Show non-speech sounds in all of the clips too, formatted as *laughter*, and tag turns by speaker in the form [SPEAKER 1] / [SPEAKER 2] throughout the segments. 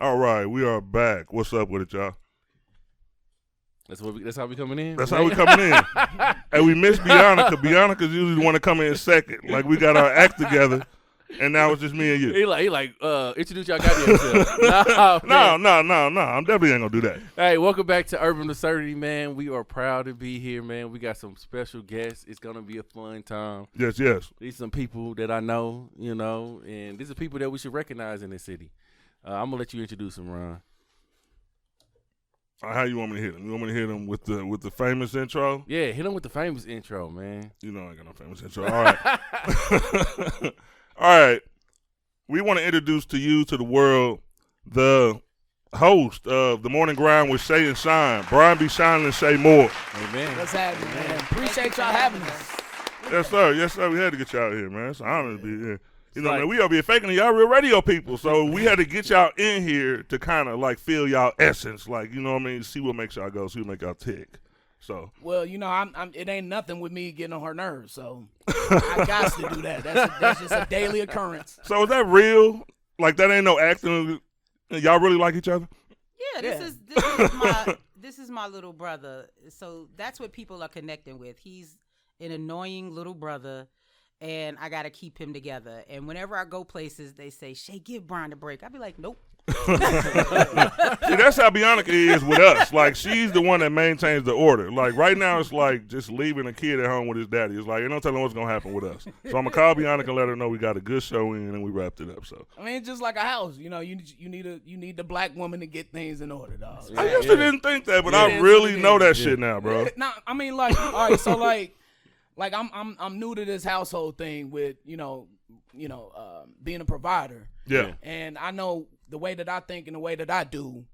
[SPEAKER 1] All right, we are back. What's up with it, y'all?
[SPEAKER 2] That's what. We, that's how we coming in.
[SPEAKER 1] That's how we coming in. and we missed Bianca. Bianca's usually the one to come in second. Like we got our act together, and now it's just me and you.
[SPEAKER 2] He like he like uh introduce y'all
[SPEAKER 1] *laughs*
[SPEAKER 2] goddamn self. nah,
[SPEAKER 1] No,
[SPEAKER 2] man.
[SPEAKER 1] no, no, no. I'm definitely ain't gonna do that.
[SPEAKER 2] Hey, welcome back to Urban Absurdity, man. We are proud to be here, man. We got some special guests. It's gonna be a fun time.
[SPEAKER 1] Yes, yes.
[SPEAKER 2] These some people that I know, you know, and these are people that we should recognize in this city. Uh, I'm gonna let you introduce them, Ron.
[SPEAKER 1] Uh, How you want me to hit him? You want me to hit him with the with the famous intro?
[SPEAKER 2] Yeah, hit them with the famous intro, man.
[SPEAKER 1] You know I ain't got no famous intro. All right. All right. We want to introduce to you, to the world, the host of The Morning Grind with Shay and Shine, Brian B. Shine and Shay Moore.
[SPEAKER 2] Amen.
[SPEAKER 3] What's happening, man? Appreciate y'all having us.
[SPEAKER 1] Yes, sir. Yes, sir. We had to get y'all here, man. It's an honor to be here. You know,
[SPEAKER 2] like-
[SPEAKER 1] man, we over here faking it. y'all real radio people. So we had to get y'all in here to kind of like feel y'all essence. Like, you know what I mean? See what makes y'all go, see what make y'all tick. So,
[SPEAKER 3] Well, you know, I'm, I'm. It ain't nothing with me getting on her nerves, so I got to do that. That's, a, that's just a daily occurrence.
[SPEAKER 1] so is that real? Like, that ain't no acting. Y'all really like each other?
[SPEAKER 4] Yeah, this
[SPEAKER 3] Yeah.
[SPEAKER 4] is this is my this is my little brother. So that's what people are connecting with. He's an annoying little brother, and I gotta keep him together. And whenever I go places, they say, "Shay, give Brian a break." I be like, "Nope."
[SPEAKER 1] See, that's how Bianca is with us. Like, she's the one that maintains the order. Like, right now, it's like just leaving a kid at home with his daddy. It's like, ain't no telling what's going to happen with us. So I'm going to call Bianca and let her know we got a good show in and we wrapped it up. So.
[SPEAKER 3] I mean, it's just like a house. You know, you you need a you need the black woman to get things in order, dog.
[SPEAKER 1] I used
[SPEAKER 2] Yeah.
[SPEAKER 1] to didn't think that, but
[SPEAKER 3] Yeah,
[SPEAKER 1] I
[SPEAKER 3] it's
[SPEAKER 1] really
[SPEAKER 3] what it
[SPEAKER 1] know
[SPEAKER 3] is.
[SPEAKER 1] that shit now, bro.
[SPEAKER 3] No, I mean like all right, so like like I'm I'm I'm new to this household thing with, you know, you know, um, being a provider.
[SPEAKER 1] Yeah.
[SPEAKER 3] And I know the way that I think and the way that I do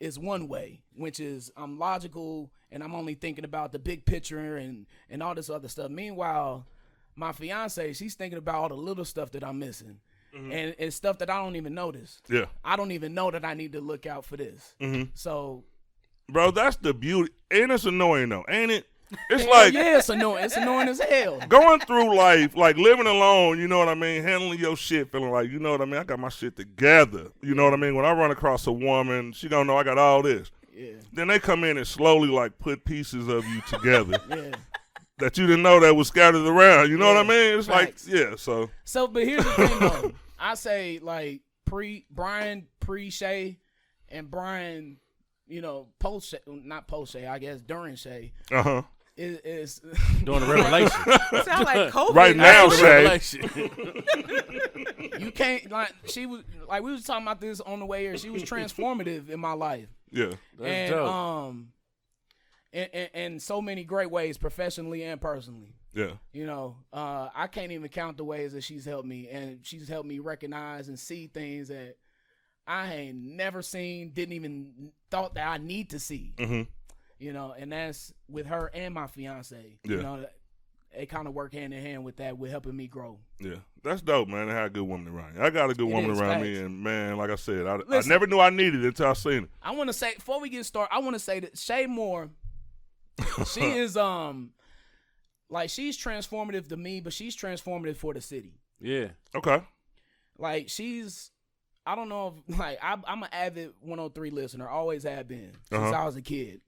[SPEAKER 3] is one way, which is I'm logical and I'm only thinking about the big picture and and all this other stuff. Meanwhile, my fiance, she's thinking about all the little stuff that I'm missing. And it's stuff that I don't even notice.
[SPEAKER 1] Yeah.
[SPEAKER 3] I don't even know that I need to look out for this.
[SPEAKER 1] Mhm.
[SPEAKER 3] So
[SPEAKER 1] Bro, that's the beauty. And it's annoying, though, ain't it? It's like
[SPEAKER 3] yeah, it's annoying. It's annoying as hell.
[SPEAKER 1] going through life, like living alone, you know what I mean? Handling your shit, feeling like, you know what I mean? I got my shit together. You know what I mean? When I run across a woman, she gonna know I got all this.
[SPEAKER 3] Yeah.
[SPEAKER 1] Then they come in and slowly, like, put pieces of you together
[SPEAKER 3] *laughs* Yeah.
[SPEAKER 1] that you didn't know that was scattered around. You know what I mean? It's
[SPEAKER 3] Facts.
[SPEAKER 1] like, yeah, so.
[SPEAKER 3] So, but here's the thing
[SPEAKER 2] *laughs*
[SPEAKER 3] though. I say like pre Brian pre Shay and Brian, you know post Shay, not post Shay, I guess during Shay
[SPEAKER 1] Uh huh.
[SPEAKER 3] is, is *laughs*
[SPEAKER 2] Doing a revelation.
[SPEAKER 1] *laughs*
[SPEAKER 4] Sound like COVID
[SPEAKER 1] Right now,
[SPEAKER 2] Doing a
[SPEAKER 1] Shay.
[SPEAKER 3] *laughs*
[SPEAKER 2] revelation.
[SPEAKER 3] you can't like she was like we was talking about this on the way
[SPEAKER 2] *laughs*
[SPEAKER 3] here. She was transformative in my life.
[SPEAKER 1] Yeah.
[SPEAKER 2] That's
[SPEAKER 3] and
[SPEAKER 2] dope.
[SPEAKER 3] um and, and and so many great ways professionally and personally.
[SPEAKER 1] Yeah.
[SPEAKER 3] You know, uh, I can't even count the ways that she's helped me, and she's helped me recognize and see things that I ain't never seen, didn't even thought that I need to see.
[SPEAKER 1] Mm-hmm.
[SPEAKER 3] You know, and that's with her and my fiance.
[SPEAKER 1] Yeah.
[SPEAKER 3] You know, they kind of work hand in hand with that, with helping me grow.
[SPEAKER 1] Yeah, that's dope, man. I had a good woman around you. I got a good
[SPEAKER 3] It
[SPEAKER 1] woman
[SPEAKER 3] is,
[SPEAKER 1] around
[SPEAKER 3] facts.
[SPEAKER 1] me, and man, like I said, I, I
[SPEAKER 3] Listen.
[SPEAKER 1] never knew I needed it until I seen it.
[SPEAKER 3] I want to say before we get started, I want to say that Shay Moore, she is um, like she's transformative to me, but she's transformative for the city.
[SPEAKER 2] yeah.
[SPEAKER 1] Okay,
[SPEAKER 3] Like she's, I don't know if *laughs* like I, I'm an avid 103 listener, always have been since
[SPEAKER 1] Uh-huh.
[SPEAKER 3] I was a kid,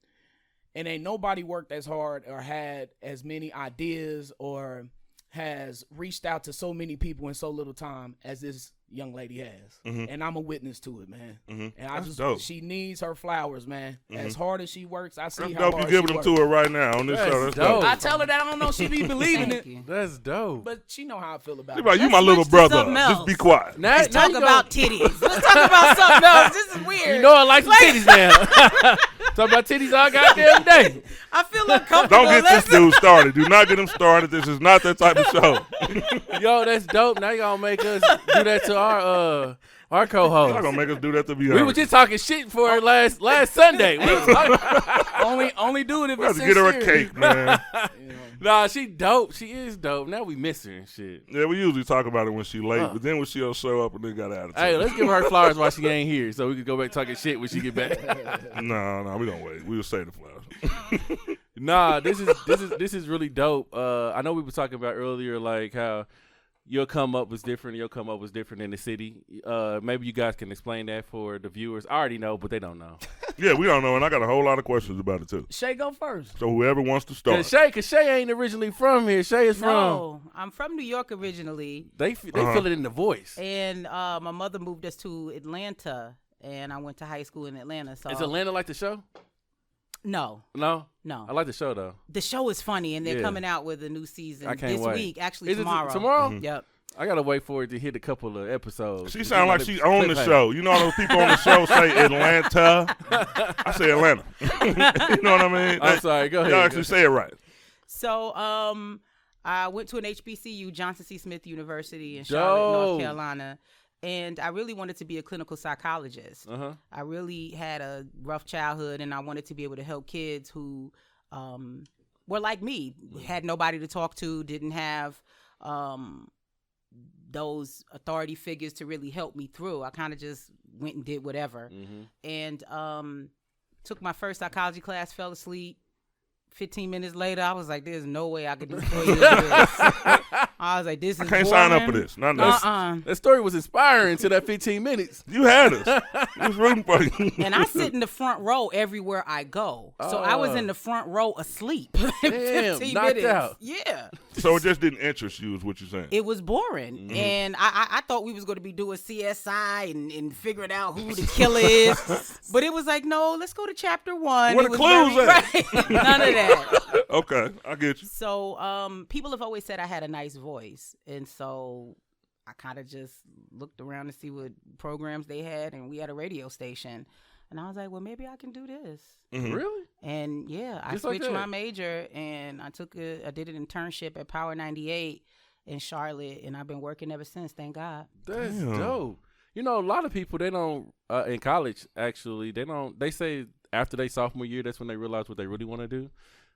[SPEAKER 3] and ain't nobody worked as hard or had as many ideas or has reached out to so many people in so little time as this young lady has,
[SPEAKER 1] Mhm.
[SPEAKER 3] and I'm a witness to it, man.
[SPEAKER 1] Mhm.
[SPEAKER 3] And I
[SPEAKER 1] That's
[SPEAKER 3] just
[SPEAKER 1] dope. Mm-hmm.
[SPEAKER 3] she needs her flowers, man. As hard as she works, I see
[SPEAKER 1] that's
[SPEAKER 3] how
[SPEAKER 1] dope. You
[SPEAKER 3] hard
[SPEAKER 1] giving
[SPEAKER 3] she
[SPEAKER 1] them
[SPEAKER 3] works.
[SPEAKER 1] to her right now on this
[SPEAKER 2] That's
[SPEAKER 1] show. That's dope.
[SPEAKER 2] dope.
[SPEAKER 3] I tell her that I don't know if she
[SPEAKER 4] *laughs*
[SPEAKER 3] be believing
[SPEAKER 4] Oh, Thank
[SPEAKER 3] it,
[SPEAKER 4] you.
[SPEAKER 2] That's dope.
[SPEAKER 3] but she know how I feel about
[SPEAKER 1] She
[SPEAKER 3] it.
[SPEAKER 1] like, you
[SPEAKER 4] Let's
[SPEAKER 1] my little
[SPEAKER 4] switch to
[SPEAKER 1] brother.
[SPEAKER 4] something
[SPEAKER 1] Just
[SPEAKER 4] else.
[SPEAKER 1] be quiet.
[SPEAKER 2] now,
[SPEAKER 4] Let's
[SPEAKER 2] now
[SPEAKER 4] talk
[SPEAKER 2] you gonna- *laughs*
[SPEAKER 4] about titties. Let's talk about something else. This is weird.
[SPEAKER 2] You know I like some titties *laughs* now. talk about titties all goddamn *laughs* day.
[SPEAKER 4] I feel uncomfortable.
[SPEAKER 1] Don't get
[SPEAKER 4] Let's
[SPEAKER 1] this dude started. Do
[SPEAKER 3] *laughs*
[SPEAKER 1] not get him started. This is not that type of show. *laughs*
[SPEAKER 2] Yo, that's dope. Now you gonna make us do that to our uh our co-host.
[SPEAKER 1] Y'all gonna make us do that to be
[SPEAKER 2] We were just talking shit for her last last Sunday. We was talking- *laughs*
[SPEAKER 3] only only do it if
[SPEAKER 1] we have
[SPEAKER 3] it's
[SPEAKER 1] to get her a
[SPEAKER 3] sincere.
[SPEAKER 1] cake,
[SPEAKER 3] *laughs*
[SPEAKER 1] man.
[SPEAKER 3] You know,
[SPEAKER 2] nah, she dope. She is dope. Now we miss her and shit.
[SPEAKER 1] yeah, we usually talk about it when she late, but then when she'll show up and then got attitude.
[SPEAKER 2] Hey, let's give *laughs* her flowers while she ain't here, so we can go back talking shit when she get *laughs* back.
[SPEAKER 1] no, no, we gonna wait. We'll save the flowers. *laughs*
[SPEAKER 2] nah, this is this is this is really dope. Uh, I know we were talking about earlier, like how your come up was different, your come up was different in the city. Uh, maybe you guys can explain that for the viewers. I already know, but they don't know.
[SPEAKER 1] yeah, we don't know, and I got a whole lot of questions about it too.
[SPEAKER 3] Shay go first.
[SPEAKER 1] So whoever wants to start,
[SPEAKER 2] Cause Shay, cause Shay ain't originally from here. Shay is from.
[SPEAKER 4] No, I'm from New York originally,
[SPEAKER 2] They f- they
[SPEAKER 1] Uh-huh.
[SPEAKER 2] feel it in the voice.
[SPEAKER 4] and uh, my mother moved us to Atlanta, and I went to high school in Atlanta. So
[SPEAKER 2] Is Atlanta like the show?
[SPEAKER 4] No,
[SPEAKER 2] No,
[SPEAKER 4] no.
[SPEAKER 2] I like the show though.
[SPEAKER 4] the show is funny, and they're
[SPEAKER 2] Yeah.
[SPEAKER 4] coming out with a new season
[SPEAKER 2] I can't
[SPEAKER 4] this
[SPEAKER 2] wait.
[SPEAKER 4] week. Actually,
[SPEAKER 2] Is it t-
[SPEAKER 4] tomorrow. Mm-hmm.
[SPEAKER 2] tomorrow?
[SPEAKER 4] Yep.
[SPEAKER 2] I gotta wait for it to hit a couple of episodes.
[SPEAKER 1] Mm-hmm. she sound like she owned the show. You know how those people on the show say Atlanta. I say Atlanta. *laughs* you know what I mean?
[SPEAKER 2] I'm
[SPEAKER 1] That-
[SPEAKER 2] sorry. Go ahead.
[SPEAKER 1] Y'all actually say it right.
[SPEAKER 4] So, um, I went to an HBCU, Johnson C. Smith University in Charlotte,
[SPEAKER 2] Dope.
[SPEAKER 4] North Carolina, and I really wanted to be a clinical psychologist.
[SPEAKER 2] uh huh.
[SPEAKER 4] I really had a rough childhood, and I wanted to be able to help kids who um, were like me,
[SPEAKER 2] Mm.
[SPEAKER 4] had nobody to talk to, didn't have um, those authority figures to really help me through. I kind of just went and did whatever,
[SPEAKER 2] Mm. Mm-hmm.
[SPEAKER 4] and um, took my first psychology class, fell asleep. 15 minutes later, I was like, there's no way I could do four years of
[SPEAKER 1] *laughs*
[SPEAKER 4] this. I was like, this is
[SPEAKER 1] I can't sign up for
[SPEAKER 4] boring.
[SPEAKER 1] this. Not this.
[SPEAKER 4] Uh-uh.
[SPEAKER 2] That story was inspiring to that 15 minutes.
[SPEAKER 1] You had us. We was rooting for you.
[SPEAKER 4] and I sit in the front row everywhere I go. So I was
[SPEAKER 2] Oh.
[SPEAKER 4] in the front row asleep. *laughs* in
[SPEAKER 2] Damn, knocked out.
[SPEAKER 4] Yeah.
[SPEAKER 1] *laughs* so it just didn't interest you, is what you're saying.
[SPEAKER 4] It was boring.
[SPEAKER 1] Mm-hmm.
[SPEAKER 4] And I, I, I thought we was going to be doing CSI and, and figuring out who the killer
[SPEAKER 1] *laughs*
[SPEAKER 4] is. but it was like, no, let's go to chapter one.
[SPEAKER 1] Where
[SPEAKER 4] It
[SPEAKER 1] the
[SPEAKER 4] was
[SPEAKER 1] clues at?
[SPEAKER 4] *laughs* right. None of that.
[SPEAKER 1] okay, I get you.
[SPEAKER 4] So um, people have always said I had a nice voice, and so I kind of just looked around to see what programs they had, and we had a radio station, and I was like, well, maybe I can do this.
[SPEAKER 1] Mhm.
[SPEAKER 2] Really?
[SPEAKER 4] And yeah, I
[SPEAKER 2] Just like
[SPEAKER 4] switched my
[SPEAKER 2] that.
[SPEAKER 4] major, and I took a, I did an internship at Power ninety eight in Charlotte, and I've been working ever since. Thank God.
[SPEAKER 2] That's
[SPEAKER 1] Damn.
[SPEAKER 2] dope. You know, a lot of people they don't uh, in college. Actually, they don't. They say after they sophomore year, that's when they realize what they really want to do.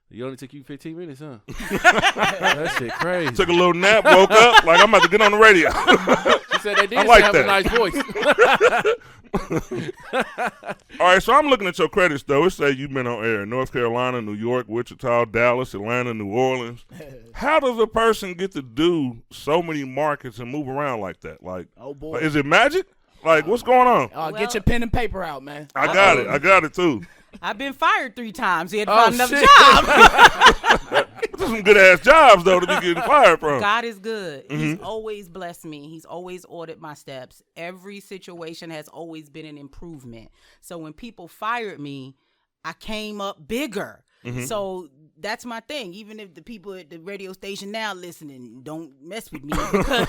[SPEAKER 2] It only took you 15 minutes, huh? that shit crazy.
[SPEAKER 1] Took a little nap, woke up, like I'm about to get on the radio. *laughs*
[SPEAKER 2] she said they
[SPEAKER 1] I
[SPEAKER 2] did
[SPEAKER 1] like
[SPEAKER 2] have a
[SPEAKER 1] that.
[SPEAKER 2] nice
[SPEAKER 1] *laughs*
[SPEAKER 2] voice.
[SPEAKER 1] All right, so I'm looking at your credits though. It say you've been on air in North Carolina, New York, Wichita, Dallas, Atlanta, New
[SPEAKER 3] *laughs*
[SPEAKER 1] Orleans. How does a person get to do so many markets and move around like that? Like,
[SPEAKER 3] Oh boy.
[SPEAKER 1] like, is it magic? Like, what's going on?
[SPEAKER 3] Uh,
[SPEAKER 4] Well-
[SPEAKER 3] get your pen and paper out, man.
[SPEAKER 1] I got it. I got it too.
[SPEAKER 4] I've been fired three times. He had to
[SPEAKER 2] Oh,
[SPEAKER 4] find another
[SPEAKER 2] shit.
[SPEAKER 4] job.
[SPEAKER 1] Those are some good ass jobs though to be getting fired
[SPEAKER 3] *laughs*
[SPEAKER 1] from.
[SPEAKER 4] God is good. He's always blessed me. He's always ordered my steps. Every situation has always been an improvement. So when people fired me, I came up bigger. So that's my thing. Even if the people at the radio station now listening don't mess with me because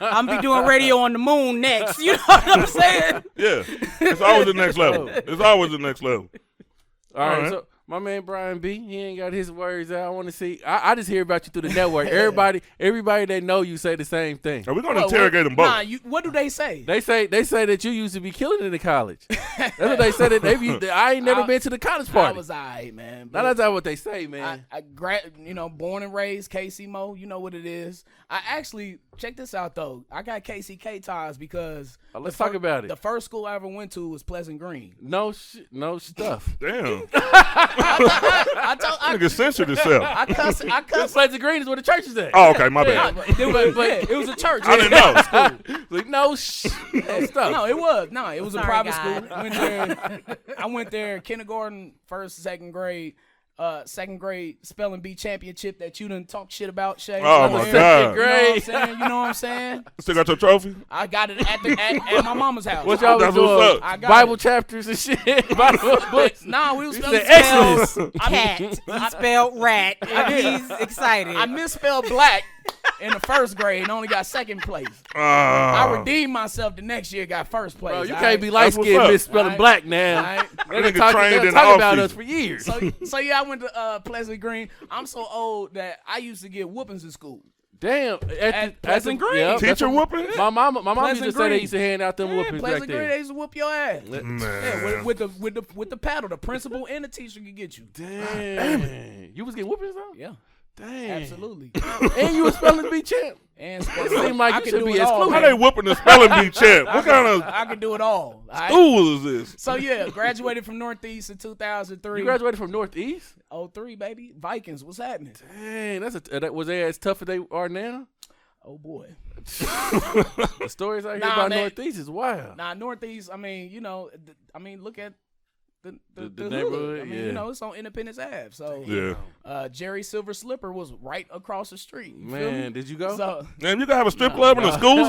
[SPEAKER 4] I'm be doing radio on the moon next. You know what I'm saying?
[SPEAKER 1] Yeah, it's always the next level. It's always the next level.
[SPEAKER 2] *laughs* All right,
[SPEAKER 1] All right.
[SPEAKER 2] so my man Brian B, he ain't got his words out. I want to see. I, I just hear about you through the network. Everybody, everybody that know you say the same thing.
[SPEAKER 1] Are we gonna
[SPEAKER 3] Well,
[SPEAKER 1] interrogate
[SPEAKER 3] what-
[SPEAKER 1] them both?
[SPEAKER 3] Nah, you, what do they say?
[SPEAKER 2] They say they say that you used to be killing it in college. That's what they said. That they be, that I ain't never
[SPEAKER 3] I-
[SPEAKER 2] been to the college
[SPEAKER 3] I
[SPEAKER 2] party.
[SPEAKER 3] was alright, man.
[SPEAKER 2] Now
[SPEAKER 3] but-
[SPEAKER 2] that's not what they say, man.
[SPEAKER 3] I, I gra- you know, born and raised KC Mo, you know what it is. I actually check this out though. I got KCK ties because
[SPEAKER 2] Uh, let's
[SPEAKER 3] the
[SPEAKER 2] talk about it.
[SPEAKER 3] The first school I ever went to was Pleasant Green.
[SPEAKER 2] no sh- no stuff.
[SPEAKER 1] Damn,
[SPEAKER 3] *laughs*
[SPEAKER 1] *laughs*
[SPEAKER 3] I told I,
[SPEAKER 1] nigga censored itself.
[SPEAKER 3] *laughs*
[SPEAKER 2] *laughs*
[SPEAKER 3] I cuss I cuss.
[SPEAKER 2] Pleasant Green is where the church is at.
[SPEAKER 1] Oh, okay, my
[SPEAKER 3] Yeah,
[SPEAKER 1] bad.
[SPEAKER 3] but, but-
[SPEAKER 2] *laughs*
[SPEAKER 3] but it was a church.
[SPEAKER 1] I didn't know.
[SPEAKER 2] Like, no sh-
[SPEAKER 3] *laughs*
[SPEAKER 2] no stuff.
[SPEAKER 3] No, it was no, it was a
[SPEAKER 4] Sorry,
[SPEAKER 3] private
[SPEAKER 4] God.
[SPEAKER 3] school. Went there,
[SPEAKER 1] *laughs*
[SPEAKER 3] I went there kindergarten, first, second grade. Uh, second grade spelling bee championship that you didn't talk shit about, Shay.
[SPEAKER 1] Oh,
[SPEAKER 3] Over
[SPEAKER 1] my
[SPEAKER 3] there.
[SPEAKER 1] God.
[SPEAKER 3] You know what I'm
[SPEAKER 2] Great.
[SPEAKER 3] saying? You know what I'm saying?
[SPEAKER 1] Still got your trophy?
[SPEAKER 3] I got it at, the, at, at my mama's house.
[SPEAKER 2] What y'all was
[SPEAKER 1] That's what's
[SPEAKER 2] doing?
[SPEAKER 1] up.
[SPEAKER 3] I got
[SPEAKER 2] Bible
[SPEAKER 3] it.
[SPEAKER 2] chapters and
[SPEAKER 3] *laughs*
[SPEAKER 2] shit. *laughs* Bible books.
[SPEAKER 3] Nah, we was
[SPEAKER 2] You
[SPEAKER 3] spelling
[SPEAKER 2] said
[SPEAKER 3] spells.
[SPEAKER 2] excellence.
[SPEAKER 4] Cat. He spelled rat. And he's excited.
[SPEAKER 3] *laughs* I misspelled black in the first grade and only got second place. I
[SPEAKER 2] Oh.
[SPEAKER 1] Ah.
[SPEAKER 3] redeemed myself the next year, got first
[SPEAKER 2] *laughs*
[SPEAKER 3] place.
[SPEAKER 2] Bro, you
[SPEAKER 3] all
[SPEAKER 2] can't
[SPEAKER 3] right?
[SPEAKER 2] be light
[SPEAKER 1] what's
[SPEAKER 2] skinned
[SPEAKER 1] up.
[SPEAKER 2] misspelling
[SPEAKER 3] All
[SPEAKER 2] black
[SPEAKER 3] All
[SPEAKER 2] now.
[SPEAKER 3] right?
[SPEAKER 2] They've
[SPEAKER 1] That
[SPEAKER 2] been
[SPEAKER 1] nigga
[SPEAKER 2] talking,
[SPEAKER 1] trained
[SPEAKER 2] they'll
[SPEAKER 1] in the
[SPEAKER 2] talk about
[SPEAKER 1] offseason.
[SPEAKER 2] us for years.
[SPEAKER 3] So, so yeah, I went to uh, Pleasant Green. I'm so old that I used to get whoopings in school.
[SPEAKER 2] Damn, at,
[SPEAKER 3] At
[SPEAKER 2] the, at the,
[SPEAKER 3] Pleasant Green.
[SPEAKER 2] yeah, that's
[SPEAKER 1] Teacher
[SPEAKER 2] what-
[SPEAKER 1] whooping?
[SPEAKER 2] My mama, my mama used
[SPEAKER 3] Pleasant
[SPEAKER 2] to say they
[SPEAKER 3] Green.
[SPEAKER 2] used to hand out them
[SPEAKER 3] Yeah,
[SPEAKER 2] whoopings
[SPEAKER 3] Pleasant
[SPEAKER 2] back
[SPEAKER 3] Green,
[SPEAKER 2] there.
[SPEAKER 3] they used to whoop your ass. Yeah, with,
[SPEAKER 1] Man.
[SPEAKER 3] with the with the with the paddle, the principal and the teacher could get you.
[SPEAKER 2] Damn, you was getting whoopings though.
[SPEAKER 3] Yeah,
[SPEAKER 2] Damn,
[SPEAKER 3] absolutely.
[SPEAKER 2] And you was spelling bee champ.
[SPEAKER 3] And
[SPEAKER 2] seem like
[SPEAKER 3] I
[SPEAKER 2] you
[SPEAKER 3] can
[SPEAKER 2] should
[SPEAKER 3] do
[SPEAKER 2] be
[SPEAKER 3] it all.
[SPEAKER 1] How
[SPEAKER 2] excluded.
[SPEAKER 1] they whooping the spelling bee champ? What kind of
[SPEAKER 3] I can do it all. all right?
[SPEAKER 1] school is this?
[SPEAKER 3] So yeah, graduated from Northeast in 2003.
[SPEAKER 2] You graduated from Northeast.
[SPEAKER 3] 03, baby. Vikings, what's happening?
[SPEAKER 2] Dang, that's a, uh, that was they as tough as they are now.
[SPEAKER 3] Oh boy. *laughs*
[SPEAKER 2] The stories I hear
[SPEAKER 3] Nah,
[SPEAKER 2] about
[SPEAKER 3] man.
[SPEAKER 2] Northeast is wild.
[SPEAKER 3] Now Northeast, I mean, you know, th- I mean, look at the
[SPEAKER 2] The-
[SPEAKER 3] the, the,
[SPEAKER 2] the
[SPEAKER 3] hood.
[SPEAKER 2] neighborhood,
[SPEAKER 3] I mean,
[SPEAKER 2] yeah.
[SPEAKER 3] you know, it's on Independence Ave. So
[SPEAKER 1] Yeah.
[SPEAKER 3] uh, Jerry Silver Slipper was right across the street. You feel
[SPEAKER 2] Man,
[SPEAKER 3] me?
[SPEAKER 2] did you go?
[SPEAKER 3] So,
[SPEAKER 1] Man, you gotta have a strip club in a school zone?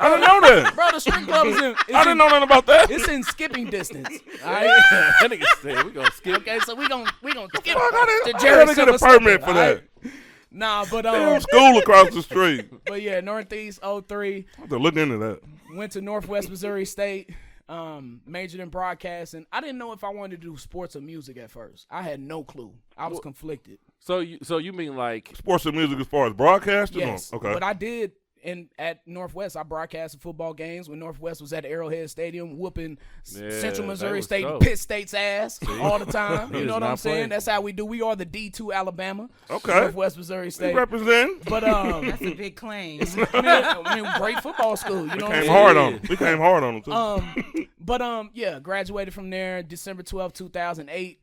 [SPEAKER 1] I didn't know that.
[SPEAKER 3] bro, the strip club is in. It's
[SPEAKER 1] *laughs* I didn't
[SPEAKER 3] in,
[SPEAKER 1] know nothing about that.
[SPEAKER 3] It's in skipping
[SPEAKER 1] *laughs*
[SPEAKER 3] distance. all right?
[SPEAKER 2] *laughs* that nigga said we gonna skip.
[SPEAKER 3] Okay, so we gonna we gonna skip
[SPEAKER 1] Fuck, I didn't,
[SPEAKER 3] the
[SPEAKER 1] I
[SPEAKER 3] Jerry
[SPEAKER 1] gotta get
[SPEAKER 3] Silver
[SPEAKER 1] a permit
[SPEAKER 3] Slipper,
[SPEAKER 1] for
[SPEAKER 3] all
[SPEAKER 1] that.
[SPEAKER 3] right? Nah, but
[SPEAKER 1] Damn
[SPEAKER 3] um,
[SPEAKER 1] school across the street.
[SPEAKER 3] but yeah, Northeast 03.
[SPEAKER 1] I have to look into that.
[SPEAKER 3] went to Northwest Missouri State, um, majored in broadcasting. I didn't know if I wanted to do sports or music at first. I had no clue. I was conflicted.
[SPEAKER 2] So you so you mean like
[SPEAKER 1] Sports and music as far as broadcasting? or-
[SPEAKER 3] Yes,
[SPEAKER 1] Okay.
[SPEAKER 3] but I did. And at Northwest, I broadcasted football games when Northwest was at Arrowhead Stadium, whooping S-
[SPEAKER 2] Yeah,
[SPEAKER 3] Central
[SPEAKER 2] they
[SPEAKER 3] Missouri
[SPEAKER 2] was
[SPEAKER 3] State,
[SPEAKER 2] dope.
[SPEAKER 3] and Pitt State's ass all the time.
[SPEAKER 2] *laughs* He
[SPEAKER 3] You
[SPEAKER 2] is
[SPEAKER 3] know what I'm
[SPEAKER 2] not
[SPEAKER 3] saying?
[SPEAKER 2] playing.
[SPEAKER 3] That's how we do. We are the D2 Alabama,
[SPEAKER 1] Okay.
[SPEAKER 3] Northwest Missouri State.
[SPEAKER 1] You representing?
[SPEAKER 3] *laughs*
[SPEAKER 2] *laughs*
[SPEAKER 3] But um,
[SPEAKER 4] That's a big claim.
[SPEAKER 3] I, mean, I mean, great football school. You know what I'm
[SPEAKER 1] Came
[SPEAKER 3] saying?
[SPEAKER 1] hard on him. We came hard on him too.
[SPEAKER 3] um, but um, yeah, graduated from there December twelfth, two 2008.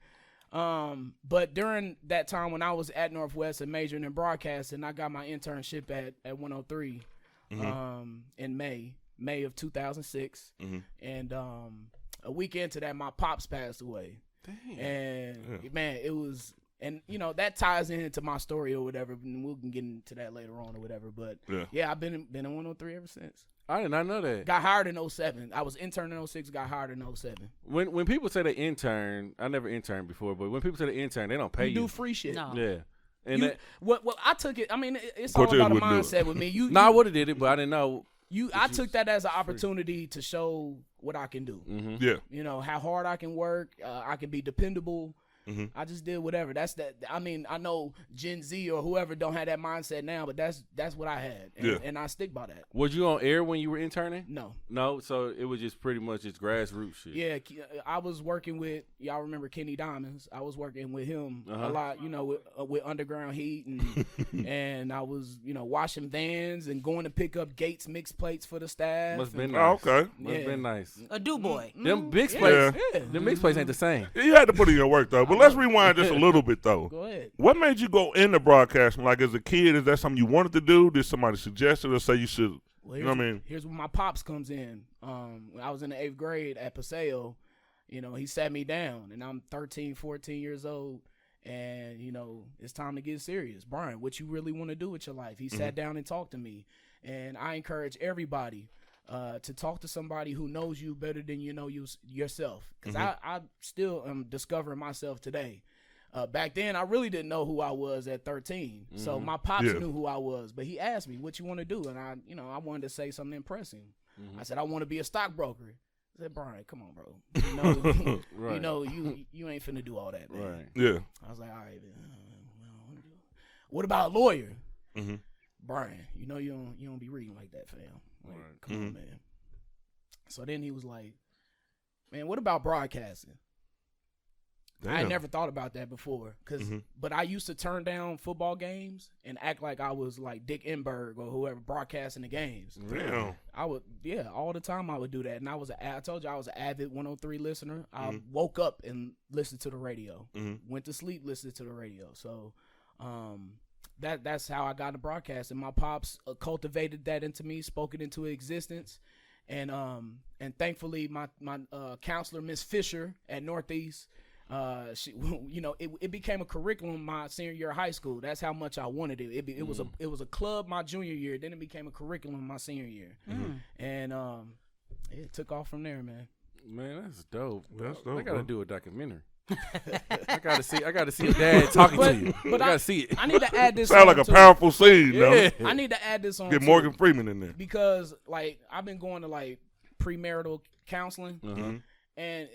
[SPEAKER 3] Um, but during that time when I was at Northwest and majoring in broadcasting, I got my internship at at 103 um, in May, May of 2006. And um, a week into that, my pops passed away. And man, it was. And you know that ties into my story or whatever, and we can get into that later on or whatever. But
[SPEAKER 1] Yeah.
[SPEAKER 3] yeah I've been in, been in 103 ever since.
[SPEAKER 2] I did not know that.
[SPEAKER 3] Got hired in 07. I was intern in 06, got hired in 07.
[SPEAKER 2] When when people say they intern, I never interned before, but when people say they intern, they don't pay you.
[SPEAKER 3] You do free shit.
[SPEAKER 4] No.
[SPEAKER 2] yeah. And
[SPEAKER 3] You-
[SPEAKER 2] that,
[SPEAKER 3] what, what I took it, I mean, it- it's
[SPEAKER 1] Cortez
[SPEAKER 3] all about a
[SPEAKER 1] wouldn't do
[SPEAKER 3] mindset with me.
[SPEAKER 2] *laughs*
[SPEAKER 3] You,
[SPEAKER 2] no, I would have did it, but I didn't know.
[SPEAKER 3] you, I took that as an opportunity to show what I can do.
[SPEAKER 2] Mm-hmm.
[SPEAKER 1] yeah.
[SPEAKER 3] You know, how hard I can work. Uh, I can be dependable.
[SPEAKER 2] Mm-hmm.
[SPEAKER 3] I just did whatever. That's that. I mean, I know Gen Z or whoever don't have that mindset now, but that's that's what I had, and,
[SPEAKER 1] Yeah.
[SPEAKER 3] and I stick by that.
[SPEAKER 2] Was you on air when you were interning?
[SPEAKER 3] No,
[SPEAKER 2] No, so it was just pretty much just grassroots shit.
[SPEAKER 3] Yeah, Ke- uh, I was working with y'all. Remember Kenny Diamonds? I was working with him a lot. You know, with, uh, with Underground Heat, and and I was you know washing vans and going to pick up Gates mix plates for the staff.
[SPEAKER 2] Must been
[SPEAKER 3] and-
[SPEAKER 1] Oh,
[SPEAKER 2] nice.
[SPEAKER 1] okay.
[SPEAKER 2] Must
[SPEAKER 3] Yeah.
[SPEAKER 2] been nice.
[SPEAKER 4] a do boy.
[SPEAKER 2] Them big
[SPEAKER 3] Mm-hmm. yeah,
[SPEAKER 2] plates,
[SPEAKER 3] yeah.
[SPEAKER 2] them big plates ain't the same.
[SPEAKER 1] You had to put in your work though. But let's rewind just a little bit though.
[SPEAKER 3] Go ahead.
[SPEAKER 1] What made you go into broadcasting? Like as a kid, is that something you wanted to do? Did somebody suggest it or say you should?
[SPEAKER 3] Well,
[SPEAKER 1] you
[SPEAKER 3] here's,
[SPEAKER 1] know what I mean?
[SPEAKER 3] Here's where my pops comes in. Um, when I was in the eighth grade at Paseo, you know, he sat me down, and I'm 13, 14 years old, and you know, it's time to get serious, Brian. What you really want to do with your life? He
[SPEAKER 1] Mm-hmm.
[SPEAKER 3] sat down and talked to me, and I encourage everybody. Uh, to talk to somebody who knows you better than you know you yourself, because
[SPEAKER 1] Mm-hmm.
[SPEAKER 3] I, I still am discovering myself today. Uh, back then, I really didn't know who I was at 13.
[SPEAKER 1] Mm-hmm.
[SPEAKER 3] So my pops
[SPEAKER 1] Yeah.
[SPEAKER 3] knew who I was, but he asked me, "What you want to do?" And I, you know, I wanted to say something impressive.
[SPEAKER 2] Mm-hmm.
[SPEAKER 3] I said, "I want to be a stockbroker." I said, "Brian, come on, bro. You know, *laughs* you
[SPEAKER 2] Right.
[SPEAKER 3] know, you you ain't finna do all that, man."
[SPEAKER 2] Right.
[SPEAKER 1] *laughs* Yeah.
[SPEAKER 3] I was like, "All right, man. Uh, well, what do you- what about a lawyer?"
[SPEAKER 2] Mm-hmm.
[SPEAKER 1] Mhm.
[SPEAKER 3] Brian, you know you don't you don't be reading like that, fam. Like, come
[SPEAKER 2] Mm-hmm.
[SPEAKER 3] on, man. So then he was like, "Man, what about broadcasting?" I had
[SPEAKER 1] Damn.
[SPEAKER 3] never thought about that before, because but I used to turn down football games and act like I was like Dick Enberg or whoever broadcasting the games.
[SPEAKER 1] Damn.
[SPEAKER 3] I would, yeah, all the time I would do that, and I was, a, I told you I was an avid 103 listener. I woke up and listened to the radio, went to sleep, listened to the radio. So, um, that that's how I got into broadcasting. My pops uh, cultivated that into me, spoke it into existence, and um, and thankfully my my uh, counselor Miss Fisher at Northeast. Uh, she, *laughs* you know, it, it became a curriculum my senior year of high school. That's how much I wanted it. It, be- it was a it was a club my junior year. Then it became a curriculum my senior year, and um, it took off from there, man.
[SPEAKER 2] Man, that's dope. bro.
[SPEAKER 1] That's dope,
[SPEAKER 2] I gotta
[SPEAKER 1] bro.
[SPEAKER 2] do a
[SPEAKER 3] *laughs*
[SPEAKER 2] documentary. I gotta see. I gotta see a dad talking to you.
[SPEAKER 3] but
[SPEAKER 2] I
[SPEAKER 3] I-
[SPEAKER 2] gotta see it.
[SPEAKER 3] I
[SPEAKER 1] *laughs*
[SPEAKER 3] need to add this.
[SPEAKER 1] Sound like
[SPEAKER 3] on
[SPEAKER 1] a
[SPEAKER 3] too.
[SPEAKER 1] powerful scene
[SPEAKER 2] Yeah.
[SPEAKER 1] though.
[SPEAKER 3] I need to add this on.
[SPEAKER 1] Get
[SPEAKER 3] too,
[SPEAKER 1] Morgan Freeman in there.
[SPEAKER 3] because like I've been going to like premarital counseling,
[SPEAKER 2] Mm-hmm.
[SPEAKER 3] and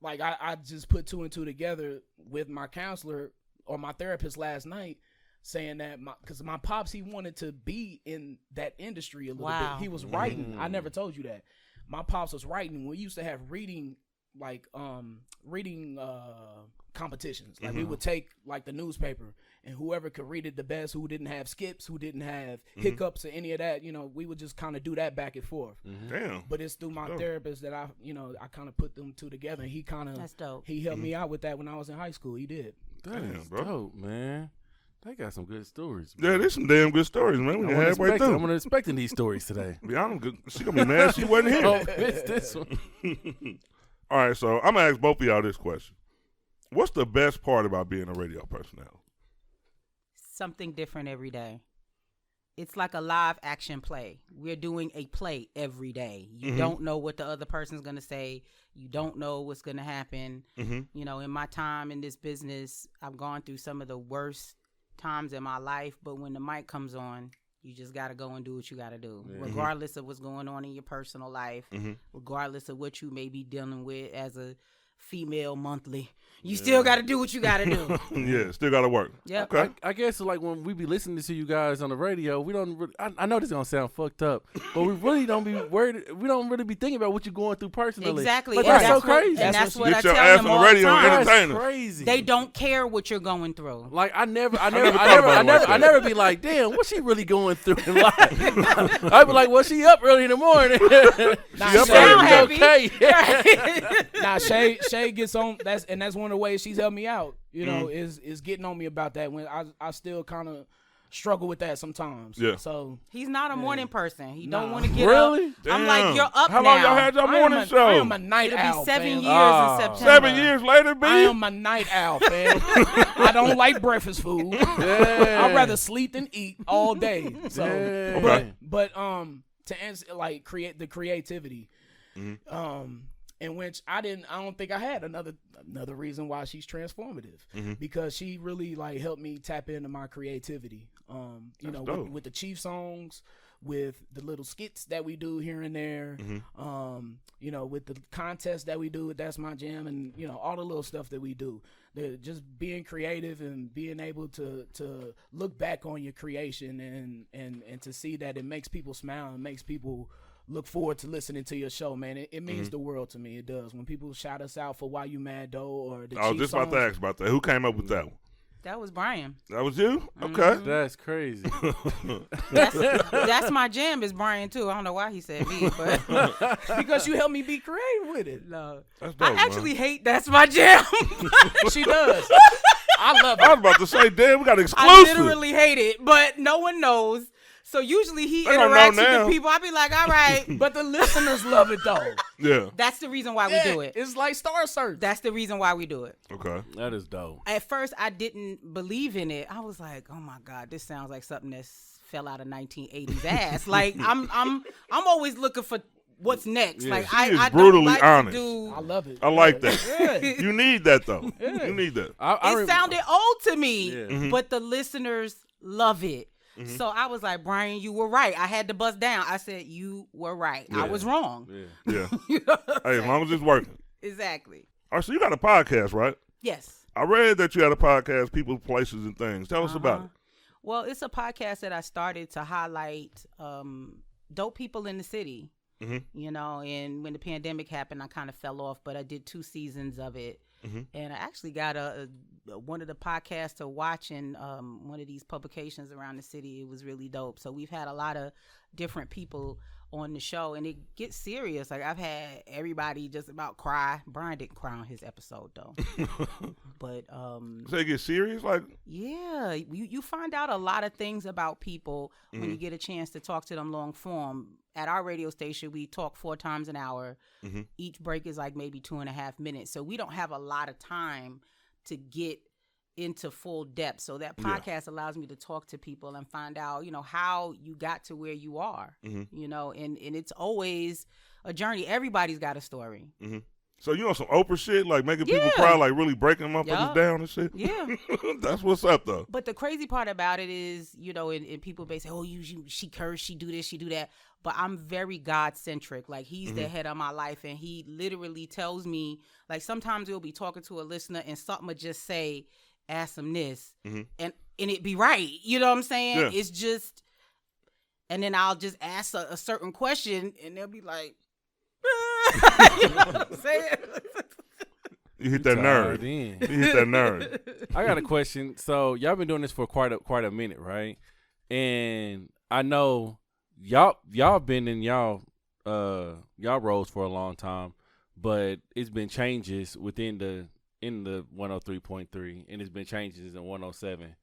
[SPEAKER 3] like I, I just put two and two together with my counselor or my therapist last night. saying that my because my pops he wanted to be in that industry a little
[SPEAKER 4] Wow.
[SPEAKER 3] bit. He was writing. I never told you that. My pops was writing. We used to have reading like um reading uh competitions. Like we would take like the newspaper and whoever could read it the best, who didn't have skips, who didn't have hiccups or any of that, you know, we would just kind of do that back and forth.
[SPEAKER 1] Damn.
[SPEAKER 3] But it's through my
[SPEAKER 1] dope.
[SPEAKER 3] therapist that I, you know, I kind of put them two together. He kind of
[SPEAKER 4] That's dope.
[SPEAKER 3] He helped
[SPEAKER 1] Mm-hmm.
[SPEAKER 3] me out with that when I was in high school. He did.
[SPEAKER 2] That
[SPEAKER 1] Damn,
[SPEAKER 2] is
[SPEAKER 1] bro.
[SPEAKER 2] dope, man. They got some good stories.
[SPEAKER 1] Yeah, there's some damn good stories, man. We
[SPEAKER 2] I'm,
[SPEAKER 1] halfway
[SPEAKER 2] unexpected- I'm
[SPEAKER 1] through.
[SPEAKER 2] unexpecting these stories today.
[SPEAKER 1] Rihanna, good- she gonna be mad she wasn't here.
[SPEAKER 2] *laughs* oh, it's this one.
[SPEAKER 1] All right, so I'm gonna ask both of y'all this question: What's the best part about being a radio personality? *laughs*
[SPEAKER 4] something different every day. It's like a live action play. We're doing a play every day. You don't know what the other person's going to say. You don't know what's going to happen. You know, in my time in this business, I've gone through some of the worst times in my life, but when the mic comes on, you just got to go and do what you got to do, regardless of what's going on in your personal life, regardless of what you may be dealing with as a female monthly. You still got to do what you got to do.
[SPEAKER 1] yeah, still gotta work.
[SPEAKER 4] Yep.
[SPEAKER 1] Okay.
[SPEAKER 2] I guess like when we be listening to you guys on the radio, we don't. Really, I, I know this gonna sound fucked up, but we really don't be worried. We don't really be thinking about what you're going through personally.
[SPEAKER 4] Exactly.
[SPEAKER 2] Like,
[SPEAKER 4] and
[SPEAKER 2] that's so
[SPEAKER 4] that's what-
[SPEAKER 2] crazy.
[SPEAKER 4] and that's what I
[SPEAKER 1] Get your
[SPEAKER 4] tell
[SPEAKER 1] ass
[SPEAKER 4] them
[SPEAKER 1] on the
[SPEAKER 4] all the
[SPEAKER 1] radio and
[SPEAKER 4] time.
[SPEAKER 2] That's
[SPEAKER 1] entertain 'em.
[SPEAKER 2] crazy.
[SPEAKER 4] They don't care what you're
[SPEAKER 1] *laughs*
[SPEAKER 4] going through.
[SPEAKER 2] Like I never, I
[SPEAKER 1] never
[SPEAKER 2] never, I
[SPEAKER 1] thought
[SPEAKER 2] never,
[SPEAKER 1] about
[SPEAKER 2] I
[SPEAKER 1] it
[SPEAKER 2] never,
[SPEAKER 1] like
[SPEAKER 2] I
[SPEAKER 1] that.
[SPEAKER 2] never be like, damn, what's she really going through in *laughs* life? I'd be like, well, she up early in the morning. *laughs*
[SPEAKER 3] Nah,
[SPEAKER 1] She up
[SPEAKER 3] Shay,
[SPEAKER 1] early in the
[SPEAKER 4] morning.
[SPEAKER 2] okay.
[SPEAKER 1] *laughs*
[SPEAKER 3] nah, Shay, Shay gets on. That's and that's one of the ways she's helped me out. You know,
[SPEAKER 1] Mm-hmm.
[SPEAKER 3] is is getting on me about that when I I still kind of struggle with that sometimes.
[SPEAKER 1] Yeah.
[SPEAKER 3] So
[SPEAKER 4] He's not a morning person. He don't
[SPEAKER 3] Nah.
[SPEAKER 4] want to get
[SPEAKER 2] Really?
[SPEAKER 4] up. I'm like,
[SPEAKER 1] Damn.
[SPEAKER 4] you're up
[SPEAKER 1] How
[SPEAKER 4] now.
[SPEAKER 1] long y'all had your
[SPEAKER 3] I am,
[SPEAKER 1] morning
[SPEAKER 3] a,
[SPEAKER 1] show?
[SPEAKER 3] I am a night
[SPEAKER 4] It'll
[SPEAKER 3] owl.
[SPEAKER 4] be seven
[SPEAKER 3] fam.
[SPEAKER 4] years
[SPEAKER 2] Ah.
[SPEAKER 4] in September.
[SPEAKER 1] Seven years later, B.
[SPEAKER 3] I am a night
[SPEAKER 1] *laughs*
[SPEAKER 3] owl, fam. I don't like breakfast food. I'd rather sleep than eat all day. So,
[SPEAKER 2] Yeah.
[SPEAKER 3] but
[SPEAKER 2] Okay.
[SPEAKER 3] but um, to answer like create the creativity, um, in which I didn't, I don't think I had another another reason why she's transformative because she really like helped me tap into my creativity. Um, you know,
[SPEAKER 1] dope.
[SPEAKER 3] with, with the chief songs. With the little skits that we do here and there,
[SPEAKER 1] Mm-hmm.
[SPEAKER 3] um, you know, with the contests that we do, with that's my jam, and you know, all the little stuff that we do. The, just being creative and being able to to look back on your creation and and and to see that it makes people smile and makes people look forward to listening to your show, man. It, it means
[SPEAKER 1] Mm-hmm.
[SPEAKER 3] the world to me. It does. When people shout us out for "Why You Mad Though" or the
[SPEAKER 1] I was
[SPEAKER 3] Chief
[SPEAKER 1] Oh, just about to
[SPEAKER 3] songs,
[SPEAKER 1] ask about that. Who came up with that one?
[SPEAKER 4] That
[SPEAKER 1] *laughs*
[SPEAKER 4] was Brian.
[SPEAKER 1] That was you?
[SPEAKER 4] Mm-hmm.
[SPEAKER 1] Okay.
[SPEAKER 2] That's crazy.
[SPEAKER 1] *laughs*
[SPEAKER 4] That's, that's my jam is Brian too. I don't know why he said
[SPEAKER 1] *laughs*
[SPEAKER 4] me, but
[SPEAKER 3] because you helped me be creative with it.
[SPEAKER 4] no.
[SPEAKER 1] That's dope,
[SPEAKER 4] I
[SPEAKER 1] man.
[SPEAKER 4] actually hate that's my jam. *laughs*
[SPEAKER 1] *laughs*
[SPEAKER 3] She does. I love
[SPEAKER 1] I
[SPEAKER 3] it.
[SPEAKER 1] was about to say, damn, we got
[SPEAKER 4] I
[SPEAKER 1] exclusive.
[SPEAKER 4] literally hate it, but no one knows. So usually he
[SPEAKER 1] They don't know
[SPEAKER 4] interacts with
[SPEAKER 1] now.
[SPEAKER 4] the people. I be like,
[SPEAKER 1] *laughs*
[SPEAKER 4] all right,
[SPEAKER 3] But the listeners love it though.
[SPEAKER 1] yeah.
[SPEAKER 4] that's the reason why we do it.
[SPEAKER 3] It's like Star Search.
[SPEAKER 4] That's the reason why we do it.
[SPEAKER 1] Okay.
[SPEAKER 2] That is dope.
[SPEAKER 4] at first I didn't believe in it. I was like, oh my god, this sounds like something that's fell out of
[SPEAKER 1] *laughs*
[SPEAKER 4] 1980s ass. like I'm I'm I'm always looking for what's next. like
[SPEAKER 1] she
[SPEAKER 4] I,
[SPEAKER 1] is
[SPEAKER 4] I
[SPEAKER 1] brutally
[SPEAKER 4] don't like
[SPEAKER 1] honest.
[SPEAKER 4] To do,
[SPEAKER 3] I love it.
[SPEAKER 1] I like
[SPEAKER 4] *laughs*
[SPEAKER 1] that. You need that though. You need that.
[SPEAKER 2] I, I
[SPEAKER 4] it
[SPEAKER 2] rem-
[SPEAKER 4] sounded old to me,
[SPEAKER 2] Yeah.
[SPEAKER 1] Mm-hmm.
[SPEAKER 4] but the listeners love it. So I was like, Brian, you were right. I had to bust down. I said, you were right. I was wrong. *laughs*
[SPEAKER 1] Yeah. hey, as long as it's working.
[SPEAKER 4] Exactly.
[SPEAKER 1] All right, so you got a podcast, right?
[SPEAKER 4] Yes.
[SPEAKER 1] I read that you had a podcast, People, Places, and Things. Tell
[SPEAKER 4] Uh-huh.
[SPEAKER 1] us about it.
[SPEAKER 4] Well, it's a podcast that I started to highlight um, dope people in the city.
[SPEAKER 1] Mhm.
[SPEAKER 4] You know, and when the pandemic happened, I kind of fell off, but I did two seasons of it,
[SPEAKER 1] Mhm.
[SPEAKER 4] and I actually got a, a one of the podcasts to watch in um, one of these publications around the city. It was really dope. So we've had a lot of different people on the show, and it gets serious. Like I've had everybody just about cry. Brian didn't cry on his episode though,
[SPEAKER 1] *laughs*
[SPEAKER 4] but um,
[SPEAKER 1] So they get serious, like
[SPEAKER 4] yeah, you, you find out a lot of things about people when you get a chance to talk to them long form. At our radio station, we talk four times an hour.
[SPEAKER 1] Mhm.
[SPEAKER 4] Each break is like maybe two and a half minutes. So we don't have a lot of time to get into full depth. So that
[SPEAKER 1] Yeah.
[SPEAKER 4] podcast allows me to talk to people and find out, you know, how you got to where you are,
[SPEAKER 1] Mhm.
[SPEAKER 4] you know, and, and it's always a journey. Everybody's got a story.
[SPEAKER 1] so you on some Oprah shit, like making people
[SPEAKER 4] Yeah.
[SPEAKER 1] cry, like really breaking motherfuckers
[SPEAKER 4] Yup.
[SPEAKER 1] down and shit. *laughs*
[SPEAKER 4] Yeah.
[SPEAKER 1] That's what's up though.
[SPEAKER 4] But the crazy part about it is, you know, and, and people may say, "Oh, you, you, she cursed, she do this, she do that." But I'm very God centric. Like he's
[SPEAKER 1] Mm-hmm.
[SPEAKER 4] the head of my life, and he literally tells me. Like sometimes we'll be talking to a listener, and something will just say, ask them this,
[SPEAKER 1] Mhm.
[SPEAKER 4] and and it be right. You know what I'm saying?
[SPEAKER 1] Yeah.
[SPEAKER 4] It's just, and then I'll just ask a, a certain question, and they'll be like, *laughs* you know what I'm saying?
[SPEAKER 1] You hit that nerve.
[SPEAKER 2] Tied in.
[SPEAKER 1] You hit that
[SPEAKER 4] *laughs*
[SPEAKER 1] nerve.
[SPEAKER 2] I got a question. So y'all been doing this for quite a quite a minute, right? And I know y'all y'all been in y'all uh y'all roles for a long time, but it's been changes within the in the 103.3 and it's been changes in 107.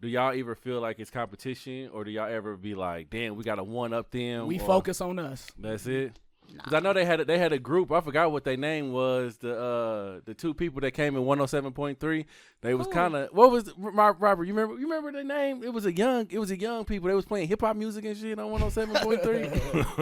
[SPEAKER 2] Do y'all ever feel like it's competition or do y'all ever be like, "Damn, we got to one up them."
[SPEAKER 3] We
[SPEAKER 2] or-
[SPEAKER 3] focus on us.
[SPEAKER 2] That's it. 'Cause I know they had a, they had a group. I forgot what their name was. The uh the two people that came in one hundred seven point three. They was
[SPEAKER 4] Who?
[SPEAKER 2] kind of what was my Robert? You remember? You remember their name? It was a young. It was a young people. They was playing hip hop music and shit on one hundred seven point three.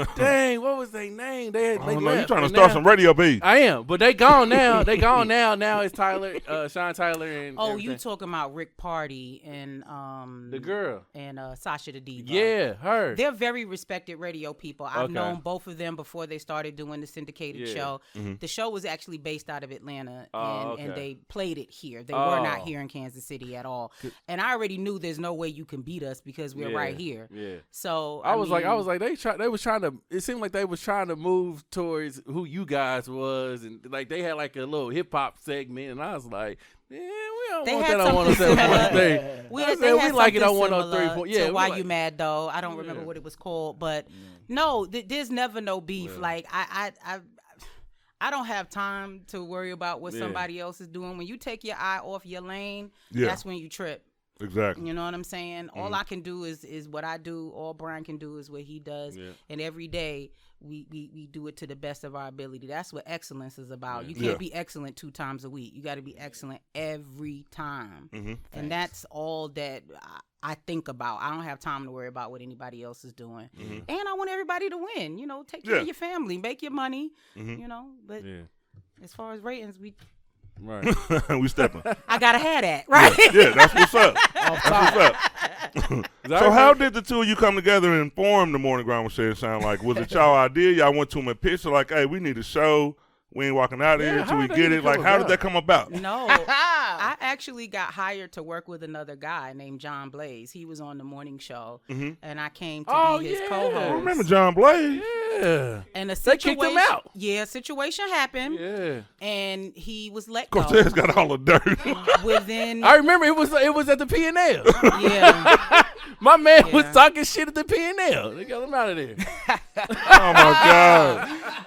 [SPEAKER 1] *laughs*
[SPEAKER 2] Dang, what was their name? They had.
[SPEAKER 1] I
[SPEAKER 2] they
[SPEAKER 1] don't know. You
[SPEAKER 2] left,
[SPEAKER 1] trying to
[SPEAKER 2] and
[SPEAKER 1] start
[SPEAKER 2] now-
[SPEAKER 1] some radio beat?
[SPEAKER 2] I am, but they gone now. They gone now. Now it's Tyler, uh, Sean Tyler, and
[SPEAKER 4] oh,
[SPEAKER 2] everything.
[SPEAKER 4] you talking about Rick Party and um
[SPEAKER 2] the girl.
[SPEAKER 4] and uh, Sasha the Diva?
[SPEAKER 2] Yeah, her.
[SPEAKER 4] They're very respected radio people. I've
[SPEAKER 2] Okay.
[SPEAKER 4] known both of them before they started doing the syndicated
[SPEAKER 2] Yeah. Mm-hmm.
[SPEAKER 4] show.
[SPEAKER 1] Mhm.
[SPEAKER 4] The show was actually based out of Atlanta,
[SPEAKER 2] Oh,
[SPEAKER 4] and, and
[SPEAKER 2] okay.
[SPEAKER 4] they played it here. They were
[SPEAKER 2] Oh.
[SPEAKER 4] not here in Kansas City at all.
[SPEAKER 2] Good.
[SPEAKER 4] And I already knew there's no way you can beat us because we're right
[SPEAKER 2] Yeah,
[SPEAKER 4] here.
[SPEAKER 2] Yeah.
[SPEAKER 4] So
[SPEAKER 2] I, was like, I
[SPEAKER 4] mean,
[SPEAKER 2] was like, they try, they was trying to. It seemed like they was trying to move towards who you guys was, and like they had like a little hip hop segment, and I was like, yeah, we don't
[SPEAKER 4] They
[SPEAKER 2] want
[SPEAKER 4] had
[SPEAKER 2] that on one hundred
[SPEAKER 4] something
[SPEAKER 2] seven point
[SPEAKER 4] similar.
[SPEAKER 2] three.
[SPEAKER 4] we,
[SPEAKER 2] I
[SPEAKER 4] they
[SPEAKER 2] said, *laughs*
[SPEAKER 4] had
[SPEAKER 2] we like it
[SPEAKER 4] something
[SPEAKER 2] on 103
[SPEAKER 4] similar
[SPEAKER 2] point- yeah,
[SPEAKER 4] to
[SPEAKER 2] we
[SPEAKER 4] why
[SPEAKER 2] like-
[SPEAKER 4] you mad though? I don't remember
[SPEAKER 2] Yeah.
[SPEAKER 4] what it was called, but no, th- there's never no beef.
[SPEAKER 2] Yeah.
[SPEAKER 4] Like I, I, I, I don't have time to worry about what
[SPEAKER 2] Yeah.
[SPEAKER 4] somebody else is doing. When you take your eye off your lane,
[SPEAKER 1] Yeah,
[SPEAKER 4] that's when you trip.
[SPEAKER 1] exactly.
[SPEAKER 4] You know what I'm saying? All
[SPEAKER 2] Mm.
[SPEAKER 4] I can do is is what I do. All Brian can do is what he does.
[SPEAKER 2] Yeah.
[SPEAKER 4] And every day we, we we do it to the best of our ability. That's what excellence is about. You
[SPEAKER 1] Yeah.
[SPEAKER 4] can't
[SPEAKER 1] Yeah.
[SPEAKER 4] be excellent two times a week. You got to be excellent every time.
[SPEAKER 1] hmm
[SPEAKER 4] And that's all that I, I think about. I don't have time to worry about what anybody else is doing.
[SPEAKER 1] Mhm.
[SPEAKER 4] And I want everybody to win. You know, take care
[SPEAKER 1] Yeah.
[SPEAKER 4] of your family, make your money.
[SPEAKER 1] Mhm.
[SPEAKER 4] You know, but
[SPEAKER 2] Yeah,
[SPEAKER 4] as far as ratings, we
[SPEAKER 2] *laughs* right.
[SPEAKER 1] Mm-hmm. *laughs* we stepping.
[SPEAKER 4] I gotta have that right.
[SPEAKER 1] *laughs* Yeah, that's what's up.
[SPEAKER 4] *laughs*
[SPEAKER 1] That's what's up. So how did the two of you come together and form the Morning Ground with Shed Sound like? Was it y'all idea? Y'all went to him and pitched it like, hey, we need a show. We ain't walking out of
[SPEAKER 2] Yeah,
[SPEAKER 1] here until
[SPEAKER 2] how
[SPEAKER 1] we
[SPEAKER 2] did
[SPEAKER 1] get
[SPEAKER 2] it
[SPEAKER 1] it. Like,
[SPEAKER 2] come
[SPEAKER 1] how
[SPEAKER 2] about?
[SPEAKER 1] did that come about? *laughs*
[SPEAKER 4] no, I actually got hired to work with another guy named John Blaze. He was on the morning show,
[SPEAKER 1] Mhm.
[SPEAKER 4] and I came to
[SPEAKER 2] Oh,
[SPEAKER 4] be his
[SPEAKER 2] yeah.
[SPEAKER 1] I
[SPEAKER 4] co-host.
[SPEAKER 1] remember John Blaze.
[SPEAKER 2] Yeah,
[SPEAKER 4] And
[SPEAKER 2] They
[SPEAKER 4] a situation,
[SPEAKER 2] kicked him out.
[SPEAKER 4] Yeah, a situation happened,
[SPEAKER 2] yeah.
[SPEAKER 4] and he was let go
[SPEAKER 1] Cortez *laughs* got all the dirt.
[SPEAKER 2] *laughs*
[SPEAKER 4] within.
[SPEAKER 2] I remember it was it was at the P and L.
[SPEAKER 4] *laughs*
[SPEAKER 2] *laughs*
[SPEAKER 4] yeah,
[SPEAKER 2] My man was
[SPEAKER 4] Yeah.
[SPEAKER 2] talking shit at the P and L. They got him out of there.
[SPEAKER 1] oh my God.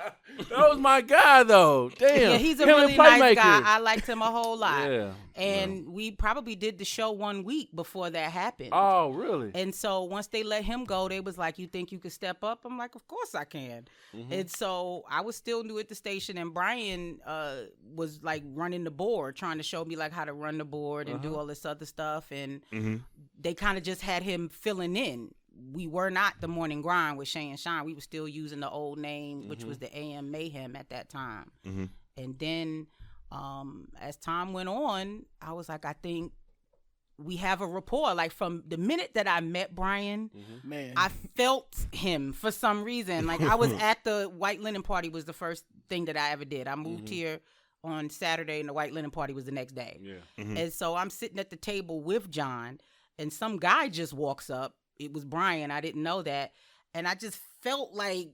[SPEAKER 2] That was my guy though. Damn.
[SPEAKER 4] *laughs* yeah, he's a
[SPEAKER 2] Him and
[SPEAKER 4] really nice guy.
[SPEAKER 2] Playmaker.
[SPEAKER 4] I liked him a whole lot.
[SPEAKER 2] Yeah.
[SPEAKER 4] And we probably did the show one week before that happened.
[SPEAKER 2] Oh, really?
[SPEAKER 4] And so once they let him go, they was like, "You think you could step up?" I'm like, "Of course I can."
[SPEAKER 2] Mm-hmm.
[SPEAKER 4] And so I was still new at the station, and Brian uh, was like running the board, trying to show me like how to run the board and
[SPEAKER 2] Uh-huh.
[SPEAKER 4] do all this other stuff. And
[SPEAKER 1] Mm-hmm,
[SPEAKER 4] they kind of just had him filling in. We were not the morning grind with Shay and Shine. We were still using the old name, which was the AM Mayhem at that time.
[SPEAKER 1] Mhm.
[SPEAKER 4] And then um, as time went on, I was like, I think we have a rapport. Like from the minute that I met Brian,
[SPEAKER 2] Mm-hmm.
[SPEAKER 3] Man.
[SPEAKER 4] I felt him for some reason. Like I was at the White Linen Party was the first thing that I ever did. I moved here on Saturday, and the White Linen Party was the next day.
[SPEAKER 2] yeah.
[SPEAKER 1] mm-hmm.
[SPEAKER 4] And so I'm sitting at the table with John, and some guy just walks up. It was Brian. I didn't know that, and I just felt like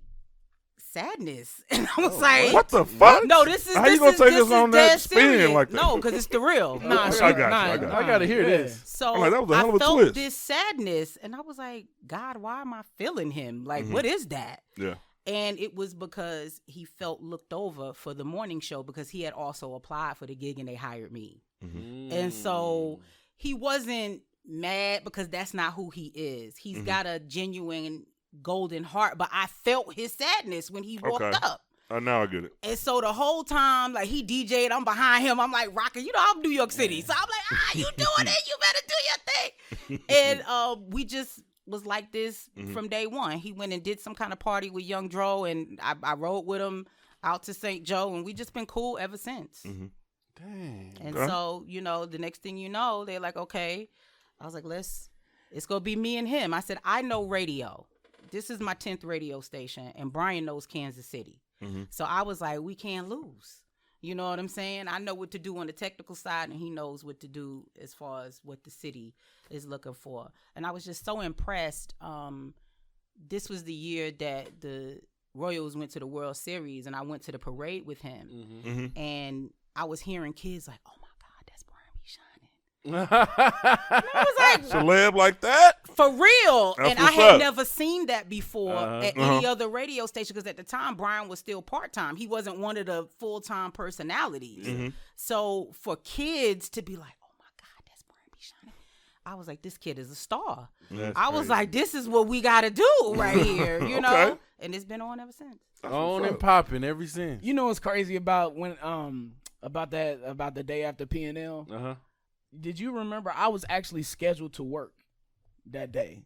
[SPEAKER 4] sadness, *laughs* and I was like,
[SPEAKER 1] Oh, What the fuck?
[SPEAKER 4] No, this is
[SPEAKER 1] How
[SPEAKER 4] this
[SPEAKER 1] you gonna
[SPEAKER 4] is,
[SPEAKER 1] take
[SPEAKER 4] this
[SPEAKER 1] us on
[SPEAKER 4] is
[SPEAKER 1] that
[SPEAKER 4] dead
[SPEAKER 1] spin
[SPEAKER 4] serious.
[SPEAKER 1] like that?
[SPEAKER 4] No, because it's
[SPEAKER 1] *laughs*
[SPEAKER 4] the real. Nah,
[SPEAKER 1] I
[SPEAKER 4] she-
[SPEAKER 1] got you,
[SPEAKER 4] nah,
[SPEAKER 1] I got you.
[SPEAKER 4] nah.
[SPEAKER 2] I gotta hear
[SPEAKER 3] Yeah.
[SPEAKER 2] this.
[SPEAKER 4] So
[SPEAKER 1] I'm like, that was a
[SPEAKER 4] I
[SPEAKER 1] hell of a
[SPEAKER 4] felt
[SPEAKER 1] twist.
[SPEAKER 4] this sadness, and I was like, God, why am I feeling him? Like,
[SPEAKER 1] Mhm.
[SPEAKER 4] what is that?
[SPEAKER 1] Yeah.
[SPEAKER 4] And it was because he felt looked over for the morning show because he had also applied for the gig and they hired me. And so he wasn't mad because that's not who he is. He's
[SPEAKER 1] Mhm.
[SPEAKER 4] got a genuine golden heart, but I felt his sadness when he walked
[SPEAKER 1] Okay.
[SPEAKER 4] up.
[SPEAKER 1] Uh, now I get it.
[SPEAKER 4] And so the whole time, like he DJ'd, I'm behind him. I'm like rocking. You know, I'm New York City, so I'm like, ah, you doing it? You better do your thing. and uh, we just was like this
[SPEAKER 1] Mhm.
[SPEAKER 4] from day one. He went and did some kind of party with Young Dro, and I, I rode with him out to St. Joe, and we just been cool ever since.
[SPEAKER 1] Mhm.
[SPEAKER 2] Dang.
[SPEAKER 4] And
[SPEAKER 1] Okay.
[SPEAKER 4] so, you know, the next thing you know, they're like, okay. I was like, let's, it's going to be me and him. I said, I know radio. This is my 10th radio station, and Brian knows Kansas City.
[SPEAKER 1] Mhm.
[SPEAKER 4] So I was like, we can't lose. You know what I'm saying? I know what to do on the technical side, and he knows what to do as far as what the city is looking for. And I was just so impressed. Um, this was the year that the Royals went to the World Series, and I went to the parade with him.
[SPEAKER 2] Mm-hmm. *laughs*
[SPEAKER 1] Mhm.
[SPEAKER 4] And I was hearing kids like, "Oh my God, that's Brian B. Shining."
[SPEAKER 2] Mm-hmm.
[SPEAKER 4] I was like,
[SPEAKER 1] Celeb like that?
[SPEAKER 4] *laughs* for real.
[SPEAKER 1] That's
[SPEAKER 4] and I
[SPEAKER 1] what's
[SPEAKER 4] had
[SPEAKER 1] up.
[SPEAKER 4] never seen that before
[SPEAKER 2] Uh-huh.
[SPEAKER 4] at
[SPEAKER 1] Uh-huh.
[SPEAKER 4] any other radio station because at the time Brian was still part time. He wasn't one of the full time personalities.
[SPEAKER 1] Mhm.
[SPEAKER 4] So for kids to be like, oh my God, that's Brian B. Shining. I was like, this kid is a star. I was like, this is what we got to do
[SPEAKER 1] *laughs*
[SPEAKER 4] right here, you know?
[SPEAKER 1] Okay.
[SPEAKER 4] And it's been on ever since.
[SPEAKER 2] on and popping ever since.
[SPEAKER 3] You know what's crazy about when um about that about the day after P and L?
[SPEAKER 2] Uh huh.
[SPEAKER 3] Did you remember I was actually scheduled to work that day?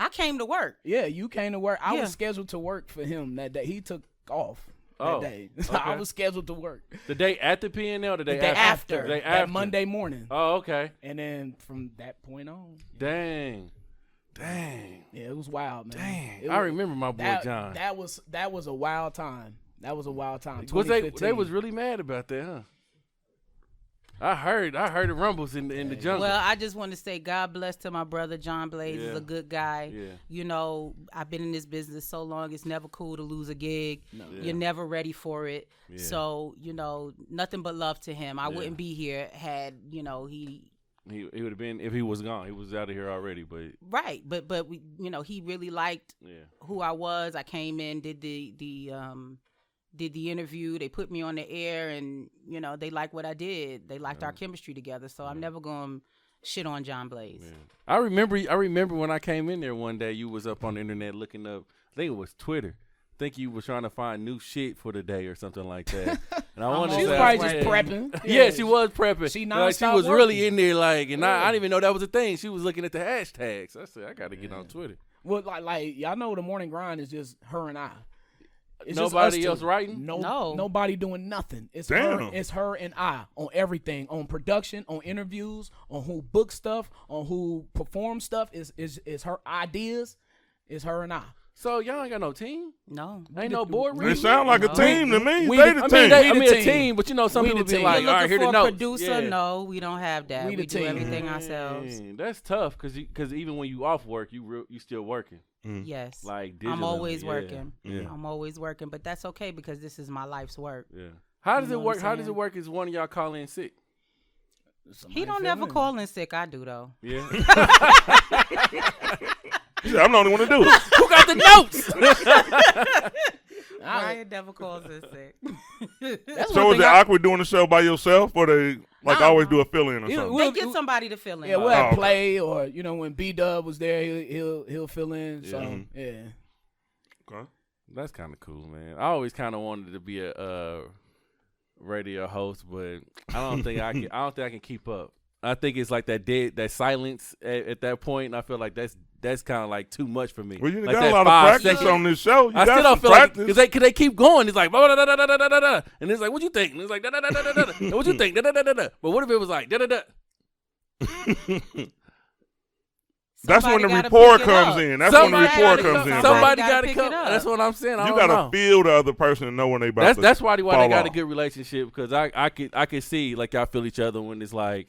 [SPEAKER 4] I came to work.
[SPEAKER 3] Yeah, you came to work. I
[SPEAKER 4] Yeah.
[SPEAKER 3] was scheduled to work for him that day. He took off that
[SPEAKER 2] Oh,
[SPEAKER 3] day. *laughs* So I
[SPEAKER 2] okay.
[SPEAKER 3] was scheduled to work
[SPEAKER 2] The day after PNL, the day,
[SPEAKER 3] the day after,
[SPEAKER 2] The day
[SPEAKER 3] that
[SPEAKER 2] after
[SPEAKER 3] Monday morning.
[SPEAKER 2] Oh, okay.
[SPEAKER 3] and then from that point on,
[SPEAKER 2] Dang, dang,
[SPEAKER 3] yeah, it was wild, man.
[SPEAKER 2] dang.
[SPEAKER 3] It
[SPEAKER 2] I
[SPEAKER 3] was-
[SPEAKER 2] remember my boy
[SPEAKER 3] that,
[SPEAKER 2] John.
[SPEAKER 3] That was that was a wild time. That was a wild time.
[SPEAKER 2] was they? They
[SPEAKER 3] 2015.
[SPEAKER 2] was really mad about that, huh? I heard. I heard the rumbles in the, in the jungle.
[SPEAKER 4] Well, I just want to say God bless to my brother John Blaze.
[SPEAKER 2] Yeah.
[SPEAKER 4] He's a good guy.
[SPEAKER 2] Yeah.
[SPEAKER 4] You know, I've been in this business so long. It's never cool to lose a gig.
[SPEAKER 2] Yeah.
[SPEAKER 4] You're never ready for it. So you know, nothing but love to him. I
[SPEAKER 2] Yeah.
[SPEAKER 4] wouldn't be here had you know he
[SPEAKER 2] he he would have been if he was gone. He was out of here already. But
[SPEAKER 4] right. But but we you know he really liked
[SPEAKER 2] yeah.
[SPEAKER 4] who I was. I came in, did the the um did the interview. They put me on the air, and you know they liked what I did. They liked our chemistry together. So I'm never going to shit on John Blaze.
[SPEAKER 2] I remember I remember when I came in there one day you was up on the internet looking up I think it was Twitter. I think you was trying to find new shit for the day or something like that.
[SPEAKER 3] *laughs*
[SPEAKER 2] And I wanna
[SPEAKER 3] She was
[SPEAKER 2] say-
[SPEAKER 3] probably
[SPEAKER 4] That's
[SPEAKER 3] just
[SPEAKER 4] right.
[SPEAKER 3] prepping.
[SPEAKER 2] *laughs* Yeah, she was prepping.
[SPEAKER 3] She
[SPEAKER 2] like, she
[SPEAKER 3] nonstop
[SPEAKER 2] was really
[SPEAKER 3] working.
[SPEAKER 2] in there like and I, I didn't even know that was a thing. She was looking at the hashtags. I said I gotta get on Twitter.
[SPEAKER 3] Well, like, like y'all know the morning grind is just her and I. It's just
[SPEAKER 2] Nobody
[SPEAKER 3] us two.
[SPEAKER 2] else writing?
[SPEAKER 3] No,
[SPEAKER 4] No.
[SPEAKER 3] nobody doing nothing. It's
[SPEAKER 1] Damn.
[SPEAKER 3] her. It's her and I on everything, on production, on interviews, on who books stuff, on who performs stuff. Is is is her ideas? It's her and I.
[SPEAKER 2] So y'all ain't got no team?
[SPEAKER 4] No,
[SPEAKER 2] Ain't no board
[SPEAKER 1] It
[SPEAKER 2] room?
[SPEAKER 1] sound like a
[SPEAKER 4] No.
[SPEAKER 1] team to me.
[SPEAKER 3] We-
[SPEAKER 1] they the
[SPEAKER 2] I
[SPEAKER 1] team.
[SPEAKER 2] mean, they,
[SPEAKER 3] We
[SPEAKER 2] I
[SPEAKER 3] the
[SPEAKER 2] mean a
[SPEAKER 3] team.
[SPEAKER 2] team, but you know some
[SPEAKER 3] We the
[SPEAKER 2] people be
[SPEAKER 3] team.
[SPEAKER 2] like,
[SPEAKER 4] You're
[SPEAKER 2] all
[SPEAKER 4] looking
[SPEAKER 2] right, here
[SPEAKER 4] for
[SPEAKER 2] the
[SPEAKER 4] a
[SPEAKER 2] notes.
[SPEAKER 4] producer?
[SPEAKER 2] Yeah.
[SPEAKER 4] No, we don't have that.
[SPEAKER 3] We
[SPEAKER 4] We,
[SPEAKER 3] the
[SPEAKER 4] do
[SPEAKER 3] team.
[SPEAKER 4] everything ourselves.
[SPEAKER 2] Dang, that's tough because because even when you off work, you real you still working.
[SPEAKER 4] Yes.
[SPEAKER 2] Like digitally,
[SPEAKER 4] I'm always
[SPEAKER 2] yeah,
[SPEAKER 4] working.
[SPEAKER 2] yeah.
[SPEAKER 4] I'm always working, but that's okay because this is my life's work.
[SPEAKER 2] Yeah. How does
[SPEAKER 4] know
[SPEAKER 2] it
[SPEAKER 4] what
[SPEAKER 2] work?
[SPEAKER 4] I'm
[SPEAKER 2] How does it
[SPEAKER 4] saying?
[SPEAKER 2] work? Is one of y'all call in sick?
[SPEAKER 4] he don't ever call in sick. I do though.
[SPEAKER 2] Yeah.
[SPEAKER 1] He said, I'm the only one to do it.
[SPEAKER 2] Who got the notes?
[SPEAKER 4] Ryan never calls in sick.
[SPEAKER 3] *laughs* That's
[SPEAKER 1] so
[SPEAKER 3] one
[SPEAKER 1] is it
[SPEAKER 3] thing I-
[SPEAKER 1] awkward doing the show by yourself, or they like
[SPEAKER 4] No.
[SPEAKER 1] always do a fill in or
[SPEAKER 3] Either-
[SPEAKER 1] something?
[SPEAKER 4] they
[SPEAKER 3] We'll-
[SPEAKER 4] get somebody to fill in.
[SPEAKER 3] Yeah, we'll
[SPEAKER 1] Oh,
[SPEAKER 3] have
[SPEAKER 1] okay.
[SPEAKER 3] play or you know when B Dub was there, he'll he'll, he'll fill in. So
[SPEAKER 2] Yeah.
[SPEAKER 1] Mm-hmm.
[SPEAKER 3] yeah,
[SPEAKER 1] Okay.
[SPEAKER 2] That's kind of cool, man. I always kind of wanted to be a uh, radio host, but I don't think I can. I don't think I can keep up. I think it's like that dead, that silence at, at that point, and I feel like that's that's kind of like too much for me.
[SPEAKER 1] Well, you
[SPEAKER 2] like
[SPEAKER 1] got
[SPEAKER 2] that
[SPEAKER 1] a lot
[SPEAKER 2] five
[SPEAKER 1] of practice
[SPEAKER 2] second-
[SPEAKER 1] on this show. You got
[SPEAKER 2] I still
[SPEAKER 1] some
[SPEAKER 2] don't feel like
[SPEAKER 1] practice.
[SPEAKER 2] because they, 'cause they keep going. It's like "Bah, da da da da da da da, and it's like what you think, and it's like da da da da da da, da. and what you think, da da da da da. But what if it was like da da da?
[SPEAKER 1] *laughs* That's when
[SPEAKER 4] Somebody
[SPEAKER 1] the
[SPEAKER 4] gotta
[SPEAKER 1] report
[SPEAKER 4] pick it
[SPEAKER 1] comes
[SPEAKER 4] up.
[SPEAKER 1] in. That's when
[SPEAKER 2] somebody
[SPEAKER 1] the report
[SPEAKER 4] gotta-
[SPEAKER 1] comes in. bro.
[SPEAKER 2] Somebody
[SPEAKER 4] You
[SPEAKER 2] got
[SPEAKER 4] gotta
[SPEAKER 2] to
[SPEAKER 4] pick
[SPEAKER 2] come.
[SPEAKER 4] it up.
[SPEAKER 2] That's what I'm saying. I
[SPEAKER 1] You
[SPEAKER 2] don't
[SPEAKER 1] gotta
[SPEAKER 2] know.
[SPEAKER 1] feel the other person to know when they about
[SPEAKER 2] That's
[SPEAKER 1] to
[SPEAKER 2] that's why why they
[SPEAKER 1] fall
[SPEAKER 2] got a
[SPEAKER 1] off.
[SPEAKER 2] good relationship because I I could I could see like y'all feel each other when it's like.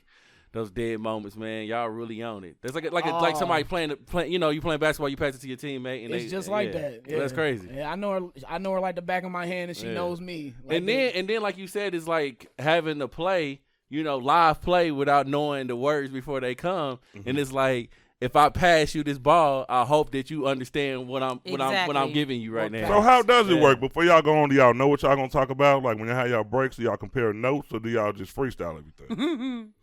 [SPEAKER 2] Those dead moments, man, y'all really own it. That's like a, like a, like
[SPEAKER 3] Oh.
[SPEAKER 2] somebody playing, the- playing. You know, you playing basketball, you pass it to your teammate, and
[SPEAKER 3] it's
[SPEAKER 2] they,
[SPEAKER 3] just like
[SPEAKER 2] yeah.
[SPEAKER 3] that.
[SPEAKER 2] So That's
[SPEAKER 3] Yeah.
[SPEAKER 2] crazy.
[SPEAKER 3] Yeah, I know her. I know her like the back of my hand, and she
[SPEAKER 2] Yeah.
[SPEAKER 3] knows me. Like
[SPEAKER 2] and then and then like you said it's like having to play you know live play without knowing the words before they come
[SPEAKER 1] Mm-hmm.
[SPEAKER 2] and it's like if I pass you this ball, I hope that you understand what I'm what I'm what I'm
[SPEAKER 4] Exactly.
[SPEAKER 2] giving you right
[SPEAKER 3] Okay.
[SPEAKER 2] now.
[SPEAKER 1] So how does it
[SPEAKER 2] Yeah.
[SPEAKER 1] work? Before y'all go on, do y'all know what y'all gonna talk about? Like when y'all have y'all breaks, do y'all compare notes or do y'all just freestyle everything?
[SPEAKER 4] *laughs*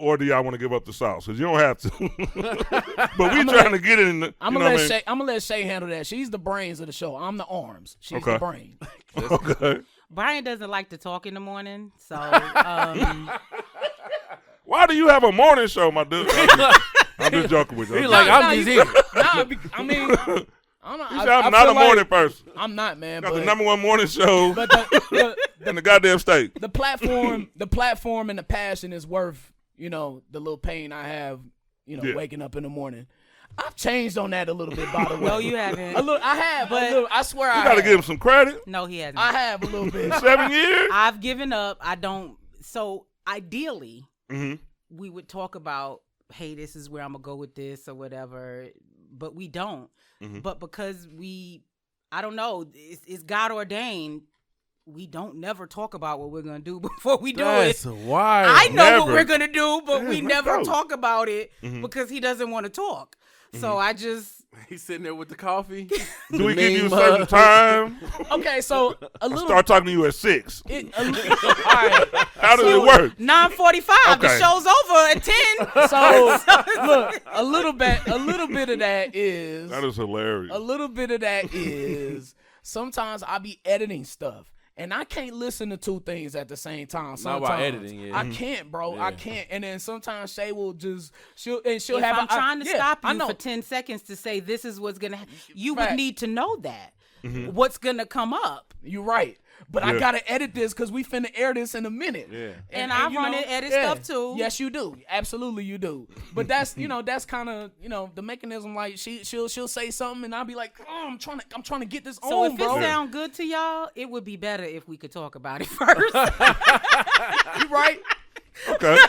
[SPEAKER 1] or do y'all want to give up the sauce? Cause you don't have to. *laughs* but we trying to get it in. The,
[SPEAKER 3] I'm
[SPEAKER 1] you know what I *laughs*
[SPEAKER 3] gonna let
[SPEAKER 1] mean?
[SPEAKER 3] Shay. I'm gonna let Shay handle that. She's the brains of the show. I'm the arms. She's
[SPEAKER 1] Okay. *laughs*
[SPEAKER 3] the brain.
[SPEAKER 1] Okay.
[SPEAKER 4] Brian doesn't like to talk in the morning,
[SPEAKER 3] *laughs*
[SPEAKER 4] so um,
[SPEAKER 1] Why do you have a morning show, my
[SPEAKER 4] *laughs*
[SPEAKER 1] dude? I'm just- I'm just joking with you.
[SPEAKER 2] He's like,
[SPEAKER 3] no,
[SPEAKER 2] I'm
[SPEAKER 3] you-
[SPEAKER 2] just
[SPEAKER 3] *laughs*
[SPEAKER 2] here.
[SPEAKER 3] nah, be-
[SPEAKER 1] *laughs*
[SPEAKER 3] I mean, I'm not.
[SPEAKER 1] I'm,
[SPEAKER 3] I, I
[SPEAKER 1] not
[SPEAKER 3] feel
[SPEAKER 1] a morning
[SPEAKER 3] Like,
[SPEAKER 1] person.
[SPEAKER 3] I'm not, man.
[SPEAKER 1] Got
[SPEAKER 3] But,
[SPEAKER 1] the number one morning show
[SPEAKER 3] *laughs* but the,
[SPEAKER 1] *laughs*
[SPEAKER 3] the,
[SPEAKER 1] in the goddamn state.
[SPEAKER 3] the platform, the platform, and the passion is worth you know the little pain I have. You know,
[SPEAKER 1] Yeah.
[SPEAKER 3] waking up in the morning. I've changed on that a little bit, by
[SPEAKER 4] *laughs*
[SPEAKER 3] the way.
[SPEAKER 4] No, you
[SPEAKER 3] A
[SPEAKER 4] haven't.
[SPEAKER 3] little, I have, but
[SPEAKER 4] But-
[SPEAKER 3] I swear I
[SPEAKER 1] You gotta
[SPEAKER 3] have.
[SPEAKER 1] give him some credit.
[SPEAKER 4] No, he hasn't.
[SPEAKER 3] I have a
[SPEAKER 1] *laughs*
[SPEAKER 3] little bit.
[SPEAKER 1] Seven years.
[SPEAKER 4] I've given up. I don't. So ideally,
[SPEAKER 1] hmm
[SPEAKER 4] we would talk about, hey, this is where I'm gonna go with this or whatever, but we don't.
[SPEAKER 1] Mhm.
[SPEAKER 4] But because we, I don't know, it's, it's God ordained. We don't never talk about what we're gonna do *laughs* before we do
[SPEAKER 2] That's
[SPEAKER 4] it.
[SPEAKER 2] wild.
[SPEAKER 4] I know
[SPEAKER 1] never.
[SPEAKER 4] what we're gonna do, but
[SPEAKER 1] Yeah,
[SPEAKER 4] we
[SPEAKER 1] let's
[SPEAKER 4] never
[SPEAKER 1] go. Mm-hmm.
[SPEAKER 4] talk about it
[SPEAKER 1] Mhm.
[SPEAKER 4] because he doesn't want to talk. So I just
[SPEAKER 2] He's sitting there with the
[SPEAKER 3] *laughs*
[SPEAKER 2] coffee.
[SPEAKER 1] Do we give you a
[SPEAKER 2] Name
[SPEAKER 1] certain
[SPEAKER 2] of-
[SPEAKER 1] time?
[SPEAKER 3] Okay, so
[SPEAKER 1] *laughs*
[SPEAKER 3] a little.
[SPEAKER 1] Start talking to you at six.
[SPEAKER 3] It,
[SPEAKER 1] *laughs*
[SPEAKER 3] a, li- all right.
[SPEAKER 1] How does it work?
[SPEAKER 4] nine forty five.
[SPEAKER 1] Okay.
[SPEAKER 4] The show's over
[SPEAKER 1] *laughs*
[SPEAKER 4] at ten.
[SPEAKER 2] *laughs* Oh,
[SPEAKER 3] So look, a little bit, a little bit
[SPEAKER 2] *laughs*
[SPEAKER 3] of that is
[SPEAKER 1] That is hilarious.
[SPEAKER 3] a little bit of that is sometimes I be editing stuff and I can't listen to two things at the same time.
[SPEAKER 2] Not
[SPEAKER 3] Sometimes
[SPEAKER 2] while editing, yeah. Mm-hmm.
[SPEAKER 3] I can't, bro. I
[SPEAKER 2] Yeah.
[SPEAKER 3] can't. And then sometimes Shay will just she'll and she'll
[SPEAKER 4] if
[SPEAKER 3] have.
[SPEAKER 4] I'm
[SPEAKER 3] a- I-
[SPEAKER 4] trying to
[SPEAKER 3] yeah,
[SPEAKER 4] stop
[SPEAKER 3] I
[SPEAKER 4] you
[SPEAKER 3] know.
[SPEAKER 4] for 10 seconds to say this is what's going to happen, you
[SPEAKER 3] Fact.
[SPEAKER 4] would need to know that.
[SPEAKER 1] Mm-hmm.
[SPEAKER 4] What's going to come up.
[SPEAKER 3] You're right. But I
[SPEAKER 1] Yeah.
[SPEAKER 3] gotta edit this because we finna air this in a minute. Yeah.
[SPEAKER 4] And I run and edit stuff, too.
[SPEAKER 3] Yes, you do. Absolutely, you do. But that's you know that's kind of you know the mechanism. Like she she'll she'll say something and I'll be like, oh, I'm trying to I'm trying to get this
[SPEAKER 4] So
[SPEAKER 3] on,
[SPEAKER 4] if
[SPEAKER 3] Oh, bro.
[SPEAKER 4] it sound good to y'all, it would be better if we could talk about
[SPEAKER 2] *laughs*
[SPEAKER 4] it *laughs* first.
[SPEAKER 3] You
[SPEAKER 4] *laughs*
[SPEAKER 3] right?
[SPEAKER 1] Okay.
[SPEAKER 2] *laughs*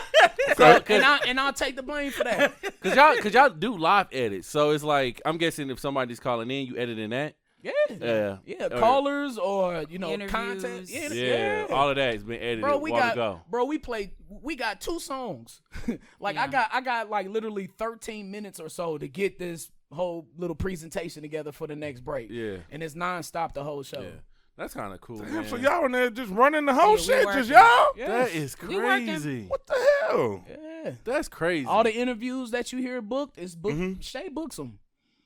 [SPEAKER 2] So,
[SPEAKER 3] and I and I'll take the blame for
[SPEAKER 4] *laughs*
[SPEAKER 3] that.
[SPEAKER 2] Cause y'all, cause y'all do live edits, so it's like I'm guessing if somebody's calling in, you editing that.
[SPEAKER 3] Yeah.
[SPEAKER 2] Yeah.
[SPEAKER 3] Yeah,
[SPEAKER 2] Oh,
[SPEAKER 3] callers or you know content.
[SPEAKER 4] Interviews.
[SPEAKER 3] Yeah,
[SPEAKER 2] Yeah,
[SPEAKER 3] yeah.
[SPEAKER 2] all of that has been edited.
[SPEAKER 3] bro, we
[SPEAKER 2] a while
[SPEAKER 3] got
[SPEAKER 2] ago.
[SPEAKER 3] bro, we played. We got two songs. *laughs* like I
[SPEAKER 4] Yeah.
[SPEAKER 3] got I got like literally 13 minutes or so to get this whole little presentation together for the next break.
[SPEAKER 2] Yeah.
[SPEAKER 3] and it's nonstop the whole show.
[SPEAKER 2] Yeah. That's kind of cool.
[SPEAKER 1] Damn,
[SPEAKER 2] man.
[SPEAKER 1] so y'all in there just running the whole
[SPEAKER 4] Yeah, we
[SPEAKER 1] shit,
[SPEAKER 4] working.
[SPEAKER 1] just y'all?
[SPEAKER 2] that is
[SPEAKER 4] We working.
[SPEAKER 2] crazy.
[SPEAKER 1] What the hell?
[SPEAKER 3] Yeah.
[SPEAKER 2] That's crazy.
[SPEAKER 3] All the interviews that you hear booked is book.
[SPEAKER 1] Mm-hmm.
[SPEAKER 3] Shay books them.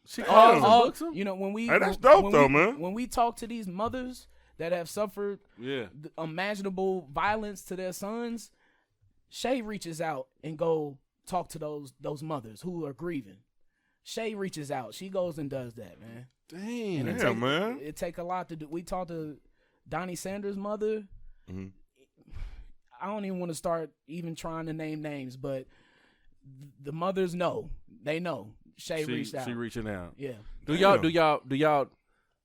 [SPEAKER 2] she
[SPEAKER 3] all,
[SPEAKER 2] calls and
[SPEAKER 3] all-
[SPEAKER 2] books 'em?
[SPEAKER 3] you know when we
[SPEAKER 1] Hey, that's
[SPEAKER 3] when-
[SPEAKER 1] dope
[SPEAKER 3] when
[SPEAKER 1] though,
[SPEAKER 3] we-
[SPEAKER 1] man.
[SPEAKER 3] When we talk to these mothers that have suffered
[SPEAKER 2] Yeah.
[SPEAKER 3] th- imaginable violence to their sons, Shay reaches out and go talk to those those mothers who are grieving. Shay reaches out. She goes and does that, man.
[SPEAKER 2] Damn.
[SPEAKER 1] Yeah,
[SPEAKER 3] it take,
[SPEAKER 1] man.
[SPEAKER 3] It take a lot to do. We talked to Donnie Sanders' mother.
[SPEAKER 1] Mhm.
[SPEAKER 3] I don't even want to start even trying to name names, but th- the mothers know. They know. Shay
[SPEAKER 2] she,
[SPEAKER 3] reached out.
[SPEAKER 2] she reaching out.
[SPEAKER 3] yeah.
[SPEAKER 2] Do y'all?
[SPEAKER 1] Damn.
[SPEAKER 2] Do y'all? Do y'all?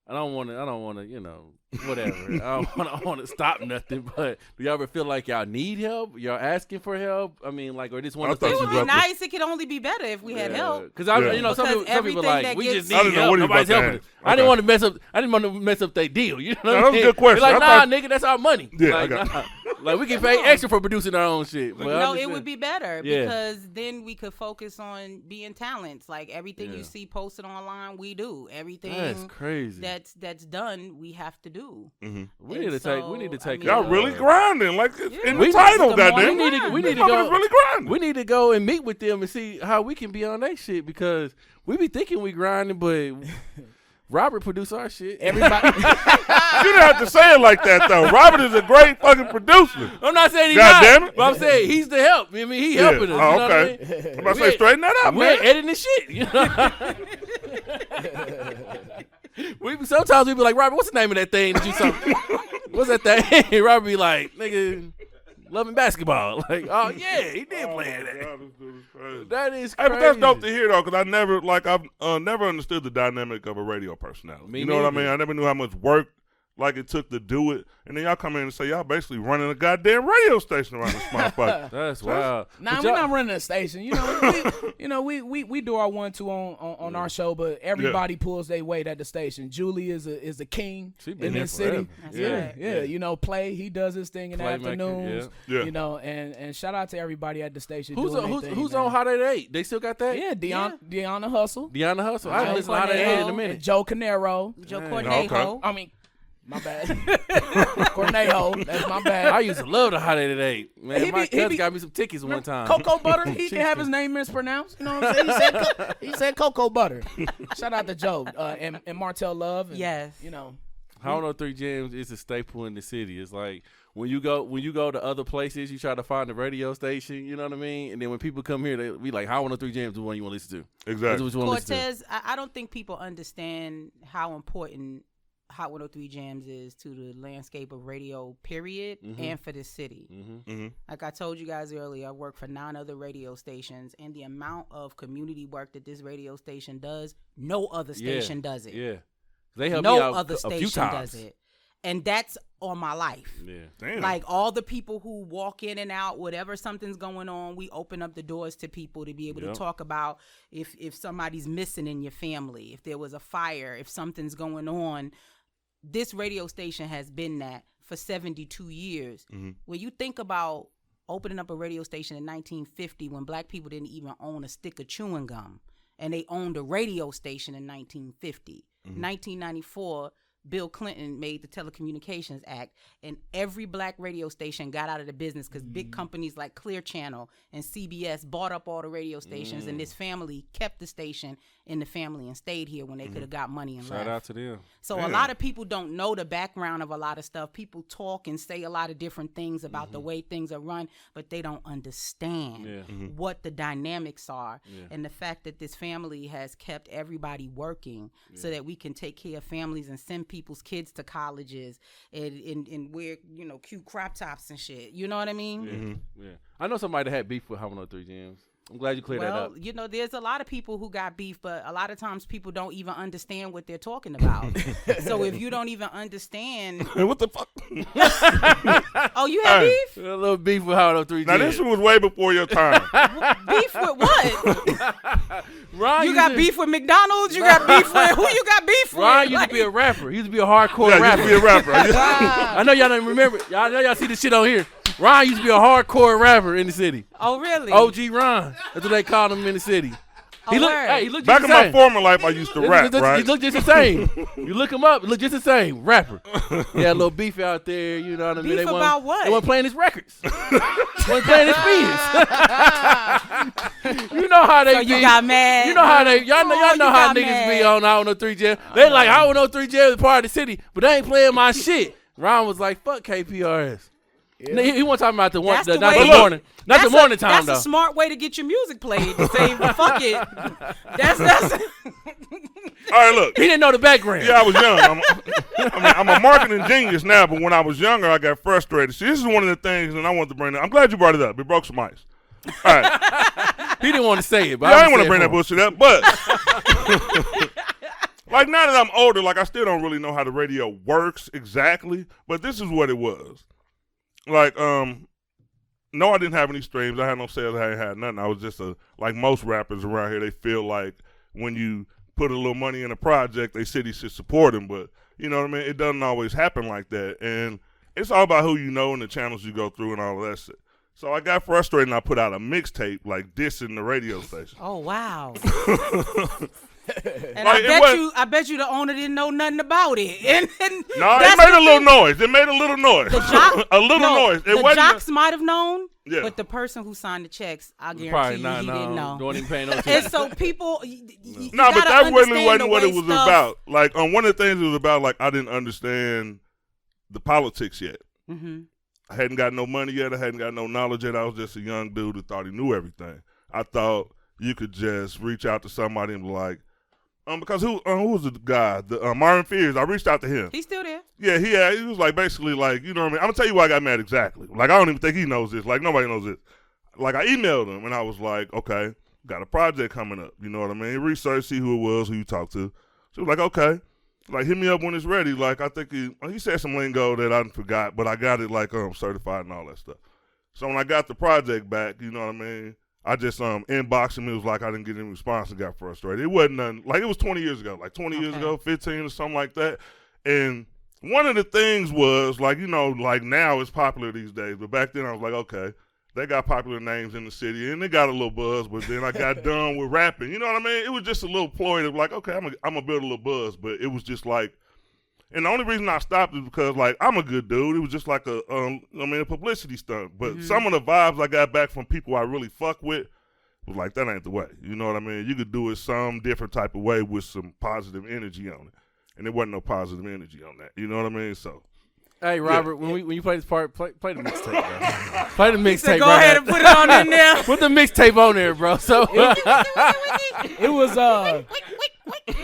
[SPEAKER 2] I don't want to. I don't want to. You know, whatever. I don't *laughs* want. I want to stop nothing. But do y'all ever feel like y'all need help? Y'all asking for help? I mean, like, or just one
[SPEAKER 1] I
[SPEAKER 2] of the
[SPEAKER 1] thought
[SPEAKER 4] it
[SPEAKER 1] you
[SPEAKER 2] things
[SPEAKER 4] would
[SPEAKER 1] About
[SPEAKER 4] be
[SPEAKER 1] the-
[SPEAKER 4] nice. It could only be better if we had help.
[SPEAKER 2] Because I,
[SPEAKER 1] Yeah.
[SPEAKER 2] you know, some
[SPEAKER 4] Because
[SPEAKER 2] people, some people
[SPEAKER 4] everything
[SPEAKER 2] like
[SPEAKER 4] that
[SPEAKER 2] we
[SPEAKER 4] gets-
[SPEAKER 2] just need
[SPEAKER 4] I
[SPEAKER 1] didn't know
[SPEAKER 2] help.
[SPEAKER 1] what he was
[SPEAKER 2] Nobody's
[SPEAKER 1] about to
[SPEAKER 2] helping us.
[SPEAKER 1] ask.
[SPEAKER 2] I didn't
[SPEAKER 1] Okay.
[SPEAKER 2] want to mess up. I didn't want to mess up their deal. You know, what
[SPEAKER 1] that
[SPEAKER 2] I'm
[SPEAKER 1] was a
[SPEAKER 2] saying?
[SPEAKER 1] good question.
[SPEAKER 2] Be Like,
[SPEAKER 1] I
[SPEAKER 2] nah,
[SPEAKER 1] thought-
[SPEAKER 2] nigga, that's our money.
[SPEAKER 1] *laughs* Yeah, I
[SPEAKER 2] like,
[SPEAKER 1] got-
[SPEAKER 2] nah. *laughs* like we get paid extra for producing our own shit. But I'm
[SPEAKER 4] no,
[SPEAKER 2] just
[SPEAKER 4] it would
[SPEAKER 2] saying-
[SPEAKER 4] be better
[SPEAKER 2] Yeah.
[SPEAKER 4] because then we could focus on being talents. Like everything
[SPEAKER 2] Yeah.
[SPEAKER 4] you see posted online, we do. Everything
[SPEAKER 2] That's crazy. Mm-hmm.
[SPEAKER 4] that's that's done, we have to do.
[SPEAKER 2] we need to
[SPEAKER 4] and
[SPEAKER 2] take. We need to
[SPEAKER 4] so, I
[SPEAKER 2] take.
[SPEAKER 4] mean-
[SPEAKER 1] Y'all
[SPEAKER 2] uh,
[SPEAKER 1] really grinding, like it's in the
[SPEAKER 2] We-
[SPEAKER 1] title,
[SPEAKER 4] the
[SPEAKER 1] goddamn.
[SPEAKER 4] morning
[SPEAKER 2] We need to.
[SPEAKER 4] grind.
[SPEAKER 2] We
[SPEAKER 1] These
[SPEAKER 2] need to
[SPEAKER 1] motherfuckers
[SPEAKER 2] go.
[SPEAKER 1] really grinding.
[SPEAKER 2] We need to go and meet with them and see how we can be on that shit because we be thinking we grinding,
[SPEAKER 4] *laughs*
[SPEAKER 2] but Robert produce our shit.
[SPEAKER 3] Everybody.
[SPEAKER 1] you didn't have to say it like that though. Robert is a great fucking producer.
[SPEAKER 2] *laughs* I'm not saying he's
[SPEAKER 1] God
[SPEAKER 2] not,
[SPEAKER 1] damn it.
[SPEAKER 2] but I'm saying he's the help. I mean, he helping
[SPEAKER 1] Yeah.
[SPEAKER 2] us.
[SPEAKER 1] Oh,
[SPEAKER 2] you know
[SPEAKER 1] okay.
[SPEAKER 2] What I mean?
[SPEAKER 1] I'm about to
[SPEAKER 2] We
[SPEAKER 1] say
[SPEAKER 2] ain't-
[SPEAKER 1] straighten that out,
[SPEAKER 2] We
[SPEAKER 1] man.
[SPEAKER 2] ain't editing this shit. You know? *laughs* we sometimes we be like, Robert, what's the name of that thing that you
[SPEAKER 3] *laughs*
[SPEAKER 2] saw? what's that thing? *laughs* Robert be like, nigga, loving basketball. *laughs* Like, oh yeah, he did play that. That is
[SPEAKER 1] Hey,
[SPEAKER 2] crazy.
[SPEAKER 1] but that's dope to hear though, because I never like I've uh, never understood the dynamic of a radio personality.
[SPEAKER 2] Me
[SPEAKER 1] you know what I
[SPEAKER 2] neither.
[SPEAKER 1] mean? I never knew how much work like it took to do it, and then y'all come in and say y'all basically running a goddamn radio station around this
[SPEAKER 2] *laughs*
[SPEAKER 1] motherfucker.
[SPEAKER 2] That's wild.
[SPEAKER 3] Nah,
[SPEAKER 2] But
[SPEAKER 3] we're
[SPEAKER 2] y'all-
[SPEAKER 3] not running a station. You know,
[SPEAKER 2] *laughs*
[SPEAKER 3] we, you know, we, we, we do our one two on on, on our show, but everybody pulls their weight at the station. Julie is a is the king
[SPEAKER 2] She been
[SPEAKER 3] in
[SPEAKER 2] there
[SPEAKER 3] this city.
[SPEAKER 2] forever.
[SPEAKER 4] That's
[SPEAKER 3] Yeah,
[SPEAKER 4] right.
[SPEAKER 3] yeah,
[SPEAKER 2] Yeah.
[SPEAKER 3] You know, play he does his thing in the
[SPEAKER 2] Playmaker,
[SPEAKER 3] afternoons.
[SPEAKER 1] yeah. Yeah.
[SPEAKER 3] You know, and and shout out to everybody at the station.
[SPEAKER 2] Who's
[SPEAKER 3] doing
[SPEAKER 2] on, who's,
[SPEAKER 3] their thing,
[SPEAKER 2] who's
[SPEAKER 3] man.
[SPEAKER 2] on Hot at Eight? They still got that?
[SPEAKER 3] Yeah, Deon, Deanna Hustle.
[SPEAKER 2] Deanna Hustle. I
[SPEAKER 3] Joe
[SPEAKER 2] haven't listened to Hot at
[SPEAKER 4] Cornell.
[SPEAKER 2] Eight in a
[SPEAKER 3] and
[SPEAKER 2] minute.
[SPEAKER 3] Joe Canero.
[SPEAKER 4] Joe
[SPEAKER 2] Dang.
[SPEAKER 4] Cornejo.
[SPEAKER 3] I mean, my
[SPEAKER 2] *laughs*
[SPEAKER 3] bad, Cornejo. That's my bad.
[SPEAKER 2] I used to love the Hot at
[SPEAKER 3] *laughs*
[SPEAKER 2] Eight. Man,
[SPEAKER 3] He be-
[SPEAKER 2] my
[SPEAKER 3] he
[SPEAKER 2] cousin
[SPEAKER 3] be-
[SPEAKER 2] got me some tickets one time.
[SPEAKER 3] Cocoa
[SPEAKER 2] *laughs*
[SPEAKER 3] butter. He can have his name mispronounced. You know what I'm saying? He said, co- he said cocoa butter. Shout out to Joe uh, and, and Martell Love. And,
[SPEAKER 4] Yes.
[SPEAKER 3] You know.
[SPEAKER 2] Hot 103 Jams is a staple in the city. It's like when you go when you go to other places, you try to find a radio station. You know what I mean? And then when people come here, they we like Hot 103 Jams is the one you want to listen to. That's
[SPEAKER 1] exactly.
[SPEAKER 2] what you want to listen to.
[SPEAKER 4] Cortez, I, I don't think people understand how important Hot 103 Jams is to the landscape of radio, period,
[SPEAKER 2] Mhm.
[SPEAKER 4] and for the city.
[SPEAKER 2] Mm-hmm.
[SPEAKER 1] Mm-hmm.
[SPEAKER 4] Like I told you guys earlier, I work for nine other radio stations, and the amount of community work that this radio station does, no other
[SPEAKER 2] Yeah,
[SPEAKER 4] station does it.
[SPEAKER 2] Yeah, they helped me
[SPEAKER 4] no
[SPEAKER 2] out
[SPEAKER 4] other
[SPEAKER 2] a few
[SPEAKER 4] station
[SPEAKER 2] times.
[SPEAKER 4] does it. And that's on my life.
[SPEAKER 2] Yeah.
[SPEAKER 1] Damn.
[SPEAKER 4] Like all the people who walk in and out, whatever something's going on, we open up the doors to people to be able
[SPEAKER 2] Yep.
[SPEAKER 4] to talk about if if somebody's missing in your family, if there was a fire, if something's going on. This radio station has been that for 72 years.
[SPEAKER 1] Mhm.
[SPEAKER 4] When you think about opening up a radio station in 1950 when black people didn't even own a stick of chewing gum and they owned a radio station in 1950.
[SPEAKER 2] Mm-hmm.
[SPEAKER 4] 1994, Bill Clinton made the Telecommunications Act, and every black radio station got out of the business because
[SPEAKER 2] Mm.
[SPEAKER 4] big companies like Clear Channel and CBS bought up all the radio stations,
[SPEAKER 2] Mm.
[SPEAKER 4] and this family kept the station in the family and stayed here when they could have got money and
[SPEAKER 2] Mm-hmm. Shout
[SPEAKER 4] left.
[SPEAKER 2] out to them.
[SPEAKER 4] So a lot of people don't know the background of a lot of stuff. People talk and say a lot of different things about the way things are run, but they don't understand
[SPEAKER 2] Mm-hmm. Yeah.
[SPEAKER 4] what the dynamics are
[SPEAKER 2] Yeah.
[SPEAKER 4] and the fact that this family has kept everybody working so that we can take care of families and send people's kids to colleges and, and, and wear, you know, cute crop tops and shit. You know what I mean?
[SPEAKER 2] Yeah.
[SPEAKER 1] Mm-hmm.
[SPEAKER 2] yeah. I know somebody that had beef with Hot 103 Jams. I'm glad you cleared that
[SPEAKER 4] Well,
[SPEAKER 2] up.
[SPEAKER 4] you know, there's a lot of people who got beef, but a lot of times people don't even understand what they're talking
[SPEAKER 2] *laughs*
[SPEAKER 4] about. so if you don't even understand,
[SPEAKER 1] what the fuck?
[SPEAKER 4] oh, you have
[SPEAKER 1] Hey.
[SPEAKER 4] beef?
[SPEAKER 2] A little beef with Hot 103
[SPEAKER 1] now
[SPEAKER 2] *laughs* Jams.
[SPEAKER 1] this one was way before your
[SPEAKER 2] *laughs*
[SPEAKER 1] time.
[SPEAKER 4] Beef with what? Oh,
[SPEAKER 2] Ron
[SPEAKER 4] You
[SPEAKER 2] used
[SPEAKER 4] got
[SPEAKER 2] to-
[SPEAKER 4] beef with McDonald's? You got beef with who? You got beef with?
[SPEAKER 2] Ron used
[SPEAKER 4] Like-
[SPEAKER 2] to be a rapper. He used to be a hardcore
[SPEAKER 1] yeah,
[SPEAKER 2] rapper.
[SPEAKER 1] you used to be a rapper.
[SPEAKER 2] *laughs* I know y'all don't remember. Y'all I know y'all see the shit on here. Ron used to be a hardcore rapper in the city.
[SPEAKER 4] oh, really?
[SPEAKER 2] OG Ron. That's what they called him in the city. He
[SPEAKER 4] Oh,
[SPEAKER 2] looked.
[SPEAKER 4] word.
[SPEAKER 2] Hey, he looked
[SPEAKER 1] Back
[SPEAKER 2] just
[SPEAKER 1] in
[SPEAKER 2] the
[SPEAKER 1] my
[SPEAKER 2] same.
[SPEAKER 1] former life, I used to
[SPEAKER 2] He
[SPEAKER 1] rap,
[SPEAKER 2] looked-
[SPEAKER 1] right?
[SPEAKER 2] He looked just the same. you look him up. He looked just the same. Rapper. Yeah, little beef out there. You know what I mean?
[SPEAKER 4] Beef
[SPEAKER 2] they weren't-
[SPEAKER 4] about what?
[SPEAKER 2] They weren't playing his records. they *laughs* weren't playing
[SPEAKER 4] *laughs*
[SPEAKER 2] his beats. you know how they
[SPEAKER 4] So you
[SPEAKER 2] be.
[SPEAKER 4] got mad.
[SPEAKER 2] You know how they y'all know
[SPEAKER 4] Oh,
[SPEAKER 2] y'all
[SPEAKER 4] you
[SPEAKER 2] know how
[SPEAKER 4] got
[SPEAKER 2] niggas
[SPEAKER 4] mad.
[SPEAKER 2] be on I don't know three jail. They like I don't know three jail is part of the city, but they ain't playing
[SPEAKER 4] *laughs*
[SPEAKER 2] my shit. Ron was like, fuck KPRS. N- He, he wasn't talking about the one
[SPEAKER 4] That's
[SPEAKER 2] the,
[SPEAKER 4] the
[SPEAKER 2] not
[SPEAKER 4] way-
[SPEAKER 2] the
[SPEAKER 4] But look,
[SPEAKER 2] morning. Not the
[SPEAKER 4] That's a-
[SPEAKER 2] morning time
[SPEAKER 4] That's
[SPEAKER 2] though.
[SPEAKER 4] a smart way to get your music played. To say fuck it. That's that's.
[SPEAKER 1] *laughs* All right, look.
[SPEAKER 2] he didn't know the background.
[SPEAKER 1] Yeah, I was young. I'm, I mean, I'm a *laughs* marketing genius now, but when I was younger, I got frustrated. See, this is one of the things, and I wanted to bring it. I'm glad you brought it up. It broke some ice. All right, yeah,
[SPEAKER 2] He didn't want to say it, but
[SPEAKER 1] I
[SPEAKER 2] I'm
[SPEAKER 1] didn't want to bring
[SPEAKER 2] gonna
[SPEAKER 1] that
[SPEAKER 2] say it
[SPEAKER 1] bullshit up, but *laughs* like now that I'm older, like I still don't really know how the radio works exactly. But this is what it was. Like, um, no, I didn't have any streams. I had no sales. I had had nothing. I was just a like most rappers around here. They feel like when you put a little money in a project, they city should support them. But you know what I mean? It doesn't always happen like that. And it's all about who you know and the channels you go through and all of that shit. So I got frustrated and I put out a mixtape like dissing the radio station.
[SPEAKER 4] *laughs*
[SPEAKER 2] *laughs*
[SPEAKER 4] Oh wow. and
[SPEAKER 1] Like,
[SPEAKER 4] I
[SPEAKER 1] it
[SPEAKER 4] bet
[SPEAKER 1] was-
[SPEAKER 4] you, I bet you the owner didn't know nothing about it. *laughs* And, and
[SPEAKER 1] No, it
[SPEAKER 4] *laughs* that's
[SPEAKER 1] made
[SPEAKER 4] the
[SPEAKER 1] a little
[SPEAKER 4] thing.
[SPEAKER 1] noise. It made a little noise.
[SPEAKER 4] Jock-
[SPEAKER 1] *laughs* a little
[SPEAKER 4] no,
[SPEAKER 1] noise. It
[SPEAKER 4] the
[SPEAKER 1] wasn't. *laughs*
[SPEAKER 4] jocks might have known,
[SPEAKER 1] Yeah.
[SPEAKER 4] but the person who signed the checks, I
[SPEAKER 2] for him.
[SPEAKER 4] guarantee
[SPEAKER 2] Probably not.
[SPEAKER 4] you, he
[SPEAKER 2] no,
[SPEAKER 4] didn't know.
[SPEAKER 2] Don't even pay no
[SPEAKER 4] *laughs* and
[SPEAKER 2] attention.
[SPEAKER 4] so people, y- y- you
[SPEAKER 1] no, but
[SPEAKER 4] gotta
[SPEAKER 1] that really
[SPEAKER 4] understand the
[SPEAKER 1] wasn't what
[SPEAKER 4] way
[SPEAKER 1] it was
[SPEAKER 4] stuff-
[SPEAKER 1] about. Like, um, one of the things it was about, like, I didn't understand the politics yet.
[SPEAKER 4] Mhm.
[SPEAKER 1] I hadn't got no money yet. I hadn't got no knowledge yet. I was just a young dude who thought he knew everything. I thought you could just reach out to somebody and be like, um, because who, uh, who was the guy? The uh, Marvin Fears. I reached out to him.
[SPEAKER 4] He's still there.
[SPEAKER 1] Yeah, he had, he was like basically like you know what I mean. I'm gonna tell you why I got mad exactly. Like I don't even think he knows this. Like nobody knows this. Like I emailed him and I was like, okay, got a project coming up. You know what I mean? Research, see who it was, who you talked to. She was like, okay, like hit me up when it's ready. Like I think he he said some lingo that I forgot, but I got it like um certified and all that stuff. So when I got the project back, you know what I mean. I just um inboxed him. It was like I didn't get any response and got frustrated. It wasn't nothing. Like it was 20 years ago, like 20 years
[SPEAKER 4] Okay.
[SPEAKER 1] ago, 15 or something like that. And one of the things was like you know like now it's popular these days, but back then I was like okay, they got popular names in the city and they got a little buzz. But then I got done with rapping. You know what I mean? It was just a little ploy of like okay, I'm gonna I'm gonna build a little buzz. But it was just like and the only reason I stopped is because like I'm a good dude. It was just like a um, I mean a publicity stunt. But
[SPEAKER 4] Mm-hmm.
[SPEAKER 1] some of the vibes I got back from people I really fuck with was like that ain't the way. You know what I mean? You could do it some different type of way with some positive energy on it. And there wasn't no positive energy on that. You know what I mean? So *laughs*
[SPEAKER 2] hey Robert, when we when you play this part, play, play the
[SPEAKER 4] *laughs*
[SPEAKER 2] mixtape. bro. play the mixtape.
[SPEAKER 4] So go
[SPEAKER 2] right
[SPEAKER 4] ahead
[SPEAKER 2] now.
[SPEAKER 4] and put it on in *laughs* there.
[SPEAKER 2] Put the mixtape on there, bro.
[SPEAKER 4] *laughs*
[SPEAKER 2] So
[SPEAKER 3] It was uh,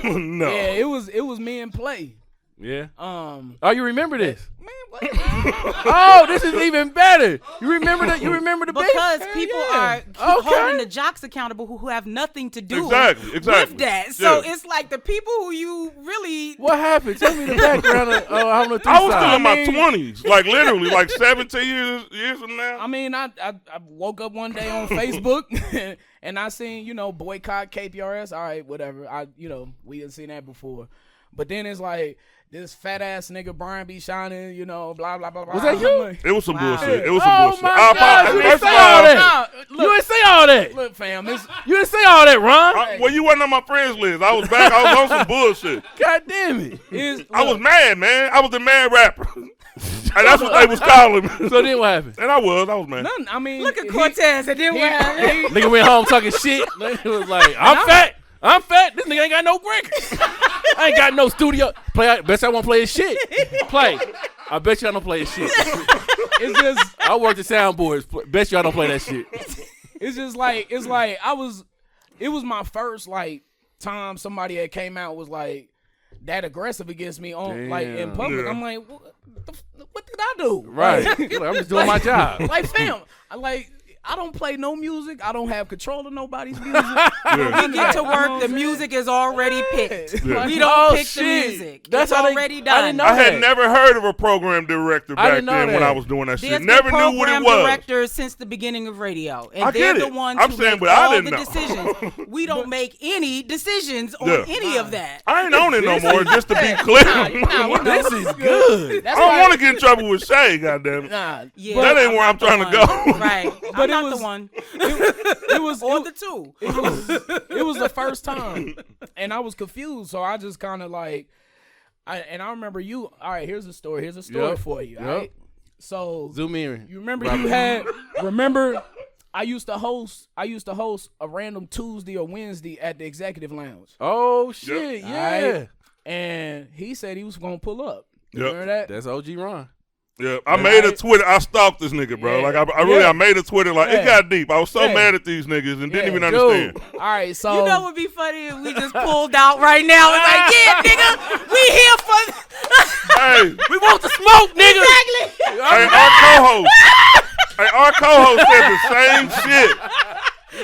[SPEAKER 1] no.
[SPEAKER 3] yeah, it was it was me and play.
[SPEAKER 2] *laughs* Yeah.
[SPEAKER 3] Um,
[SPEAKER 2] Oh, you remember this?
[SPEAKER 3] man, what? *laughs*
[SPEAKER 2] oh, this is even better. You remember the you remember the beef?
[SPEAKER 4] because
[SPEAKER 2] Hell
[SPEAKER 4] people
[SPEAKER 2] yeah.
[SPEAKER 4] are keep holding the jocks accountable who, who have nothing to do
[SPEAKER 1] Exactly, exactly.
[SPEAKER 4] with that. So
[SPEAKER 1] Yeah.
[SPEAKER 4] it's like the people who you really
[SPEAKER 2] What happened? Tell
[SPEAKER 4] *laughs*
[SPEAKER 2] me the background of uh, how the
[SPEAKER 1] I was still in
[SPEAKER 2] my
[SPEAKER 1] my twenties, like literally, like seventeen years years from now.
[SPEAKER 3] I mean, I, I I woke up one day
[SPEAKER 2] *laughs*
[SPEAKER 3] on Facebook *laughs* and I seen you know boycott KPRS. All right, whatever. I you know we didn't seen that before, but then it's like this fat ass nigga Brian B. Shining. You know, blah blah blah blah.
[SPEAKER 2] Was that you?
[SPEAKER 3] I'm like,
[SPEAKER 1] It was some
[SPEAKER 4] Wow.
[SPEAKER 1] bullshit. It was some
[SPEAKER 2] Oh
[SPEAKER 1] bullshit.
[SPEAKER 2] my
[SPEAKER 1] I
[SPEAKER 2] gosh,
[SPEAKER 1] apologize.
[SPEAKER 2] you
[SPEAKER 1] First of
[SPEAKER 2] say all
[SPEAKER 1] all,
[SPEAKER 2] that.
[SPEAKER 3] *laughs* Nah,
[SPEAKER 2] You
[SPEAKER 3] look,
[SPEAKER 2] didn't say all that.
[SPEAKER 3] look,
[SPEAKER 2] *laughs*
[SPEAKER 3] fam. It's,
[SPEAKER 2] You didn't say all that, Ron.
[SPEAKER 1] I, well, you wasn't on my friends list. I was back. I was on some bullshit.
[SPEAKER 2] God damn it.
[SPEAKER 3] it's,
[SPEAKER 1] I was
[SPEAKER 3] look,
[SPEAKER 1] mad, man. I was the mad rapper, *laughs* and that's what they was calling me. *laughs*
[SPEAKER 2] So then what happened?
[SPEAKER 1] and I was. I was mad.
[SPEAKER 3] nothing. I mean,
[SPEAKER 4] look at
[SPEAKER 3] he-
[SPEAKER 4] Cortez and then
[SPEAKER 3] he-
[SPEAKER 4] what
[SPEAKER 2] *laughs*
[SPEAKER 4] happened?
[SPEAKER 3] he-
[SPEAKER 2] Nigga went home talking shit. It was like, I'm fat. I'm fat. This nigga ain't got no records.
[SPEAKER 3] *laughs*
[SPEAKER 2] I ain't got no studio. Play. Best I won't play his shit. Play. I bet y'all don't play his
[SPEAKER 3] *laughs*
[SPEAKER 2] shit.
[SPEAKER 3] it's just
[SPEAKER 2] I work the soundboards. Bet y'all don't play that shit.
[SPEAKER 3] it's just like it's like I was it was my first like time somebody had came out was like that aggressive against me on like in
[SPEAKER 2] Damn.
[SPEAKER 3] public.
[SPEAKER 1] Yeah.
[SPEAKER 3] I'm like, what, the, f- what did I do?
[SPEAKER 2] Right.
[SPEAKER 3] Like,
[SPEAKER 2] I'm just doing my job.
[SPEAKER 3] *laughs* like fam, I like I don't play no music. I don't have control of
[SPEAKER 2] *laughs*
[SPEAKER 3] nobody's music.
[SPEAKER 1] Yeah.
[SPEAKER 4] We get to
[SPEAKER 3] You know what
[SPEAKER 4] work,
[SPEAKER 3] I'm
[SPEAKER 4] the
[SPEAKER 3] saying?
[SPEAKER 4] music is already picked.
[SPEAKER 1] Yeah.
[SPEAKER 4] We
[SPEAKER 2] Like,
[SPEAKER 4] don't
[SPEAKER 2] oh,
[SPEAKER 4] pick
[SPEAKER 2] shit.
[SPEAKER 4] the music.
[SPEAKER 2] That's
[SPEAKER 4] it's
[SPEAKER 2] how they-
[SPEAKER 4] already
[SPEAKER 2] I
[SPEAKER 4] done.
[SPEAKER 2] didn't know
[SPEAKER 1] I had
[SPEAKER 2] that.
[SPEAKER 1] never heard of a program director back
[SPEAKER 2] didn't
[SPEAKER 1] then
[SPEAKER 2] know
[SPEAKER 1] when
[SPEAKER 2] that.
[SPEAKER 1] I was doing that
[SPEAKER 4] There's
[SPEAKER 1] shit.
[SPEAKER 4] been
[SPEAKER 1] Never knew what
[SPEAKER 4] program
[SPEAKER 1] it was.
[SPEAKER 4] directors since the beginning of radio, and
[SPEAKER 1] I
[SPEAKER 4] they're
[SPEAKER 1] get
[SPEAKER 4] the
[SPEAKER 1] it.
[SPEAKER 4] ones
[SPEAKER 1] I'm
[SPEAKER 4] who
[SPEAKER 1] saying,
[SPEAKER 4] make
[SPEAKER 1] but I
[SPEAKER 4] all
[SPEAKER 1] didn't
[SPEAKER 4] the
[SPEAKER 1] know. *laughs*
[SPEAKER 4] decisions. we don't make any decisions on
[SPEAKER 1] Yeah.
[SPEAKER 4] any of that.
[SPEAKER 1] I ain't on it no more. Just to be clear, *laughs*
[SPEAKER 3] nah, we know
[SPEAKER 2] This is good.
[SPEAKER 1] I
[SPEAKER 3] That's
[SPEAKER 1] don't
[SPEAKER 3] why-
[SPEAKER 1] want to get in trouble with Shay. Goddamn it.
[SPEAKER 3] Nah,
[SPEAKER 4] Uh, Yeah,
[SPEAKER 1] That ain't
[SPEAKER 4] I'm
[SPEAKER 1] where I'm
[SPEAKER 4] not the
[SPEAKER 1] trying to
[SPEAKER 4] one.
[SPEAKER 1] go. *laughs*
[SPEAKER 4] Right,
[SPEAKER 3] But
[SPEAKER 4] I'm
[SPEAKER 3] it
[SPEAKER 4] not
[SPEAKER 3] was-
[SPEAKER 4] the one
[SPEAKER 3] it was
[SPEAKER 4] or
[SPEAKER 3] it-
[SPEAKER 4] the two.
[SPEAKER 3] it was it was the first time, and I was confused. So I just kind of like, I and I remember you. All right, here's a story. Here's a story
[SPEAKER 2] Yep.
[SPEAKER 3] for you.
[SPEAKER 2] Yep.
[SPEAKER 3] All right. So
[SPEAKER 2] Zoom in.
[SPEAKER 3] You remember
[SPEAKER 2] Robert.
[SPEAKER 3] you had remember I used to host I used to host a random Tuesday or Wednesday at the executive lounge.
[SPEAKER 2] Oh shit. Yeah.
[SPEAKER 3] Alright. And he said he was gonna pull up. You
[SPEAKER 1] Yep.
[SPEAKER 3] Remember that?
[SPEAKER 2] That's OG Ron.
[SPEAKER 1] Yeah, I made a
[SPEAKER 3] Right.
[SPEAKER 1] Twitter. I stalked this nigga, bro.
[SPEAKER 3] Yeah.
[SPEAKER 1] Like I, I really,
[SPEAKER 3] Yeah.
[SPEAKER 1] I made a Twitter. Like
[SPEAKER 3] Yeah.
[SPEAKER 1] it got deep. I was so
[SPEAKER 3] Yeah.
[SPEAKER 1] mad at these niggas and
[SPEAKER 3] Yeah.
[SPEAKER 1] didn't even
[SPEAKER 2] Dude.
[SPEAKER 3] *laughs*
[SPEAKER 1] understand.
[SPEAKER 3] All right, so
[SPEAKER 4] You know what would be funny if
[SPEAKER 1] *laughs*
[SPEAKER 4] we just pulled out right now? It's like, yeah, nigga, we here *laughs* for
[SPEAKER 1] hey,
[SPEAKER 2] We want the smoke, nigga.
[SPEAKER 4] exactly.
[SPEAKER 1] hey, our co-host, hey, our co-host said the same shit.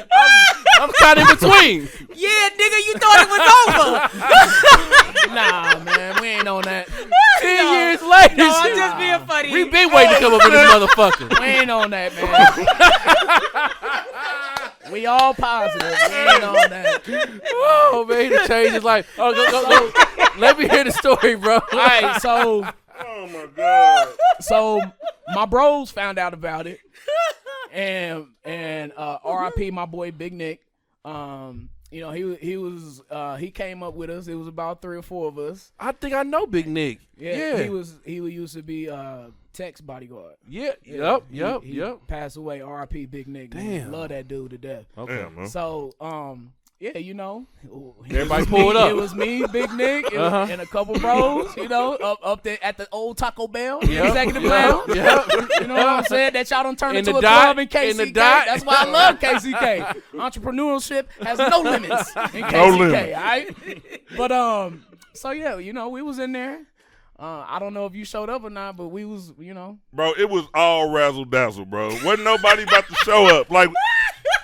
[SPEAKER 2] I'm caught in
[SPEAKER 3] *laughs*
[SPEAKER 2] between.
[SPEAKER 4] Yeah, nigga, you thought it
[SPEAKER 1] *laughs*
[SPEAKER 4] was over.
[SPEAKER 3] nah man, we ain't on
[SPEAKER 4] *laughs*
[SPEAKER 3] that.
[SPEAKER 2] Ten years later.
[SPEAKER 4] No, I'm
[SPEAKER 2] shit.
[SPEAKER 4] just being funny.
[SPEAKER 2] we been waiting to come up with this motherfucker. *laughs*
[SPEAKER 3] We ain't on that, man. *laughs* we all positive. We ain't on that.
[SPEAKER 2] Oh man, it changed his life. Oh, go, go, go. Let me hear the story, bro.
[SPEAKER 3] All right, so
[SPEAKER 1] Oh my god.
[SPEAKER 3] so my bros found out about it, and
[SPEAKER 2] *laughs*
[SPEAKER 3] and
[SPEAKER 2] Uh-huh.
[SPEAKER 3] uh, R.I.P. my boy Big Nick. Um, you know he he was uh, he came up with us. It was about three or four of us.
[SPEAKER 2] *laughs* I think I know Big Nick.
[SPEAKER 3] Yeah,
[SPEAKER 2] Yeah.
[SPEAKER 3] he was he used to be uh, Tex bodyguard.
[SPEAKER 2] yeah. Yep. Yep.
[SPEAKER 3] He
[SPEAKER 2] Yep.
[SPEAKER 3] Passed away. R.I.P. Big Nick. man.
[SPEAKER 2] Damn. Uh-huh.
[SPEAKER 3] love that dude to death.
[SPEAKER 2] Okay.
[SPEAKER 1] Damn, man.
[SPEAKER 3] So um. Yeah, you know,
[SPEAKER 2] Everybody
[SPEAKER 3] everybody
[SPEAKER 2] pulled up.
[SPEAKER 3] It was me, Big Nick, and,
[SPEAKER 2] Uh-huh.
[SPEAKER 3] and a couple bros. You know, up up there at the old Taco Bell,
[SPEAKER 2] Yep.
[SPEAKER 3] executive
[SPEAKER 2] Yep.
[SPEAKER 3] lounge.
[SPEAKER 2] Yep.
[SPEAKER 3] You know what
[SPEAKER 2] *laughs*
[SPEAKER 3] I'm saying? That y'all don't turn
[SPEAKER 2] In
[SPEAKER 3] into
[SPEAKER 2] the
[SPEAKER 3] a
[SPEAKER 2] dot,
[SPEAKER 3] club in KCK.
[SPEAKER 2] in the dot.
[SPEAKER 3] That's why I love KCK. Entrepreneurship has no limits in KCK.
[SPEAKER 1] limit.
[SPEAKER 3] All right. But um, so yeah, you know, we was in there. Uh, I don't know if you showed up or not, but we was, you know,
[SPEAKER 1] bro. It was all razzle dazzle, bro. Wasn't nobody about to show up.
[SPEAKER 2] *laughs*
[SPEAKER 1] Like,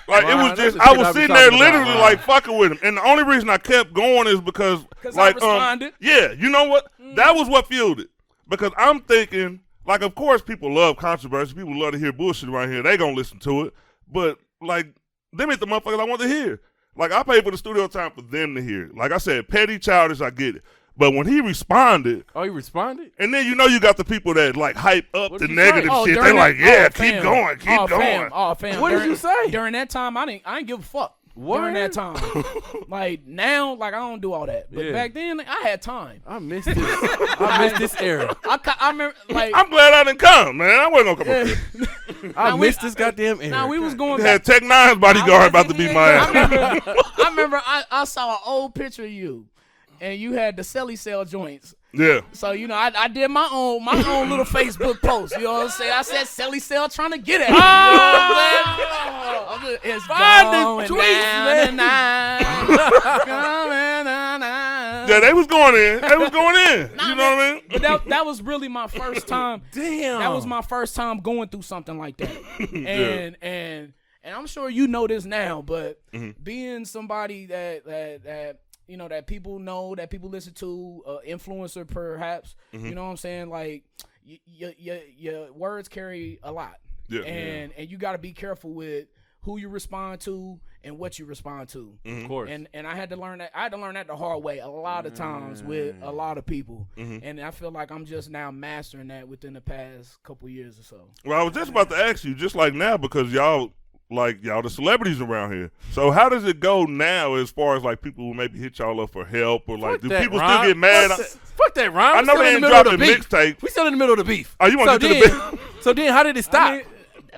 [SPEAKER 1] like
[SPEAKER 2] Ron,
[SPEAKER 1] it was
[SPEAKER 2] that's
[SPEAKER 1] just.
[SPEAKER 2] the
[SPEAKER 1] I
[SPEAKER 2] shit I
[SPEAKER 1] was
[SPEAKER 2] be
[SPEAKER 1] sitting there
[SPEAKER 2] talking about,
[SPEAKER 1] literally
[SPEAKER 2] Ron.
[SPEAKER 1] like fucking with him, and the only reason I kept going is because
[SPEAKER 3] 'Cause I
[SPEAKER 1] like um,
[SPEAKER 3] responded.
[SPEAKER 1] yeah, you know what?
[SPEAKER 2] Mm.
[SPEAKER 1] That was what fueled it because I'm thinking like, of course, people love controversy. People love to hear bullshit around here. They gonna listen to it, but like, them is the motherfuckers I want to hear. Like, I paid for the studio time for them to hear. it. Like I said, petty, childish, I get it. But when he responded,
[SPEAKER 2] Oh, he responded.
[SPEAKER 1] and then you know you got the people that like hype up
[SPEAKER 2] What
[SPEAKER 1] the
[SPEAKER 2] did you say?
[SPEAKER 1] negative
[SPEAKER 2] Oh,
[SPEAKER 1] shit.
[SPEAKER 3] during
[SPEAKER 1] They like,
[SPEAKER 3] that-
[SPEAKER 1] yeah,
[SPEAKER 3] oh,
[SPEAKER 1] keep
[SPEAKER 3] fam.
[SPEAKER 1] going, keep
[SPEAKER 3] oh,
[SPEAKER 1] going.
[SPEAKER 3] Fam. Oh, fam.
[SPEAKER 2] What did
[SPEAKER 3] During-
[SPEAKER 2] you say?
[SPEAKER 3] During that time, I didn't, I didn't give a fuck.
[SPEAKER 2] Word?
[SPEAKER 3] During that time,
[SPEAKER 2] Oh.
[SPEAKER 3] like now, like I don't do all that. But
[SPEAKER 2] Yeah.
[SPEAKER 3] back then, I had time.
[SPEAKER 2] I missed this.
[SPEAKER 3] *laughs*
[SPEAKER 2] I missed this era.
[SPEAKER 3] I, ca- I remember, like,
[SPEAKER 1] *laughs* I'm glad I didn't come, man. I wasn't gonna come. up here.
[SPEAKER 2] I
[SPEAKER 3] Nah, we-
[SPEAKER 2] missed this goddamn era.
[SPEAKER 3] now
[SPEAKER 1] *laughs*
[SPEAKER 3] we was going
[SPEAKER 1] They had
[SPEAKER 3] back
[SPEAKER 1] Tech Nine's
[SPEAKER 4] I
[SPEAKER 1] bodyguard
[SPEAKER 4] was
[SPEAKER 1] about to
[SPEAKER 4] in
[SPEAKER 1] beat
[SPEAKER 4] here.
[SPEAKER 1] my
[SPEAKER 4] I
[SPEAKER 1] ass.
[SPEAKER 3] I remember I, I saw an old picture of you, and you had the celly cell joints.
[SPEAKER 1] yeah,
[SPEAKER 3] So you know, I, I did my own my own little Facebook post. You know what I'm saying? I said celly cell trying to get at you. you. know what I'm saying? I'm just- It's
[SPEAKER 2] Ah! Find the
[SPEAKER 3] going
[SPEAKER 2] tweets,
[SPEAKER 3] down
[SPEAKER 2] man.
[SPEAKER 3] tonight. *laughs* Going on, on.
[SPEAKER 1] yeah. yeah, they was going in. They was going in. you know what I mean?
[SPEAKER 3] But that, that was really my first time.
[SPEAKER 2] Damn.
[SPEAKER 3] That was my first time going through something like that. And and and I'm sure you know this now, but being somebody that that that you know that people know, that people listen to, uh, influencer perhaps, you know what I'm saying? Like y- y- y- your words carry a lot.
[SPEAKER 1] Yeah.
[SPEAKER 3] And and you got to be careful with who you respond to and what you respond to
[SPEAKER 2] Mm-hmm. of course.
[SPEAKER 3] and and I had to learn that I had to learn that the hard way a lot of times with
[SPEAKER 2] Mm.
[SPEAKER 3] a lot of people,
[SPEAKER 2] Mm-hmm.
[SPEAKER 3] and I feel like I'm just now mastering that within the past couple years or so.
[SPEAKER 1] Well, I was just about to ask you, just like now, because y'all like y'all the celebrities around here. So how does it go now as far as like people who maybe hit y'all up for help or like
[SPEAKER 2] Fuck
[SPEAKER 1] do
[SPEAKER 2] that,
[SPEAKER 1] people
[SPEAKER 2] Ron.
[SPEAKER 1] still get mad?
[SPEAKER 2] Fuck that, fuck that, Ron.
[SPEAKER 1] I
[SPEAKER 2] We
[SPEAKER 1] know they
[SPEAKER 2] still in the
[SPEAKER 1] ain't
[SPEAKER 2] middle of the
[SPEAKER 1] dropped the
[SPEAKER 2] beef.
[SPEAKER 1] mixtape.
[SPEAKER 2] We still in the middle of the beef.
[SPEAKER 1] Oh, you wanna
[SPEAKER 2] so
[SPEAKER 1] get to the
[SPEAKER 2] then, So then, how did it stop?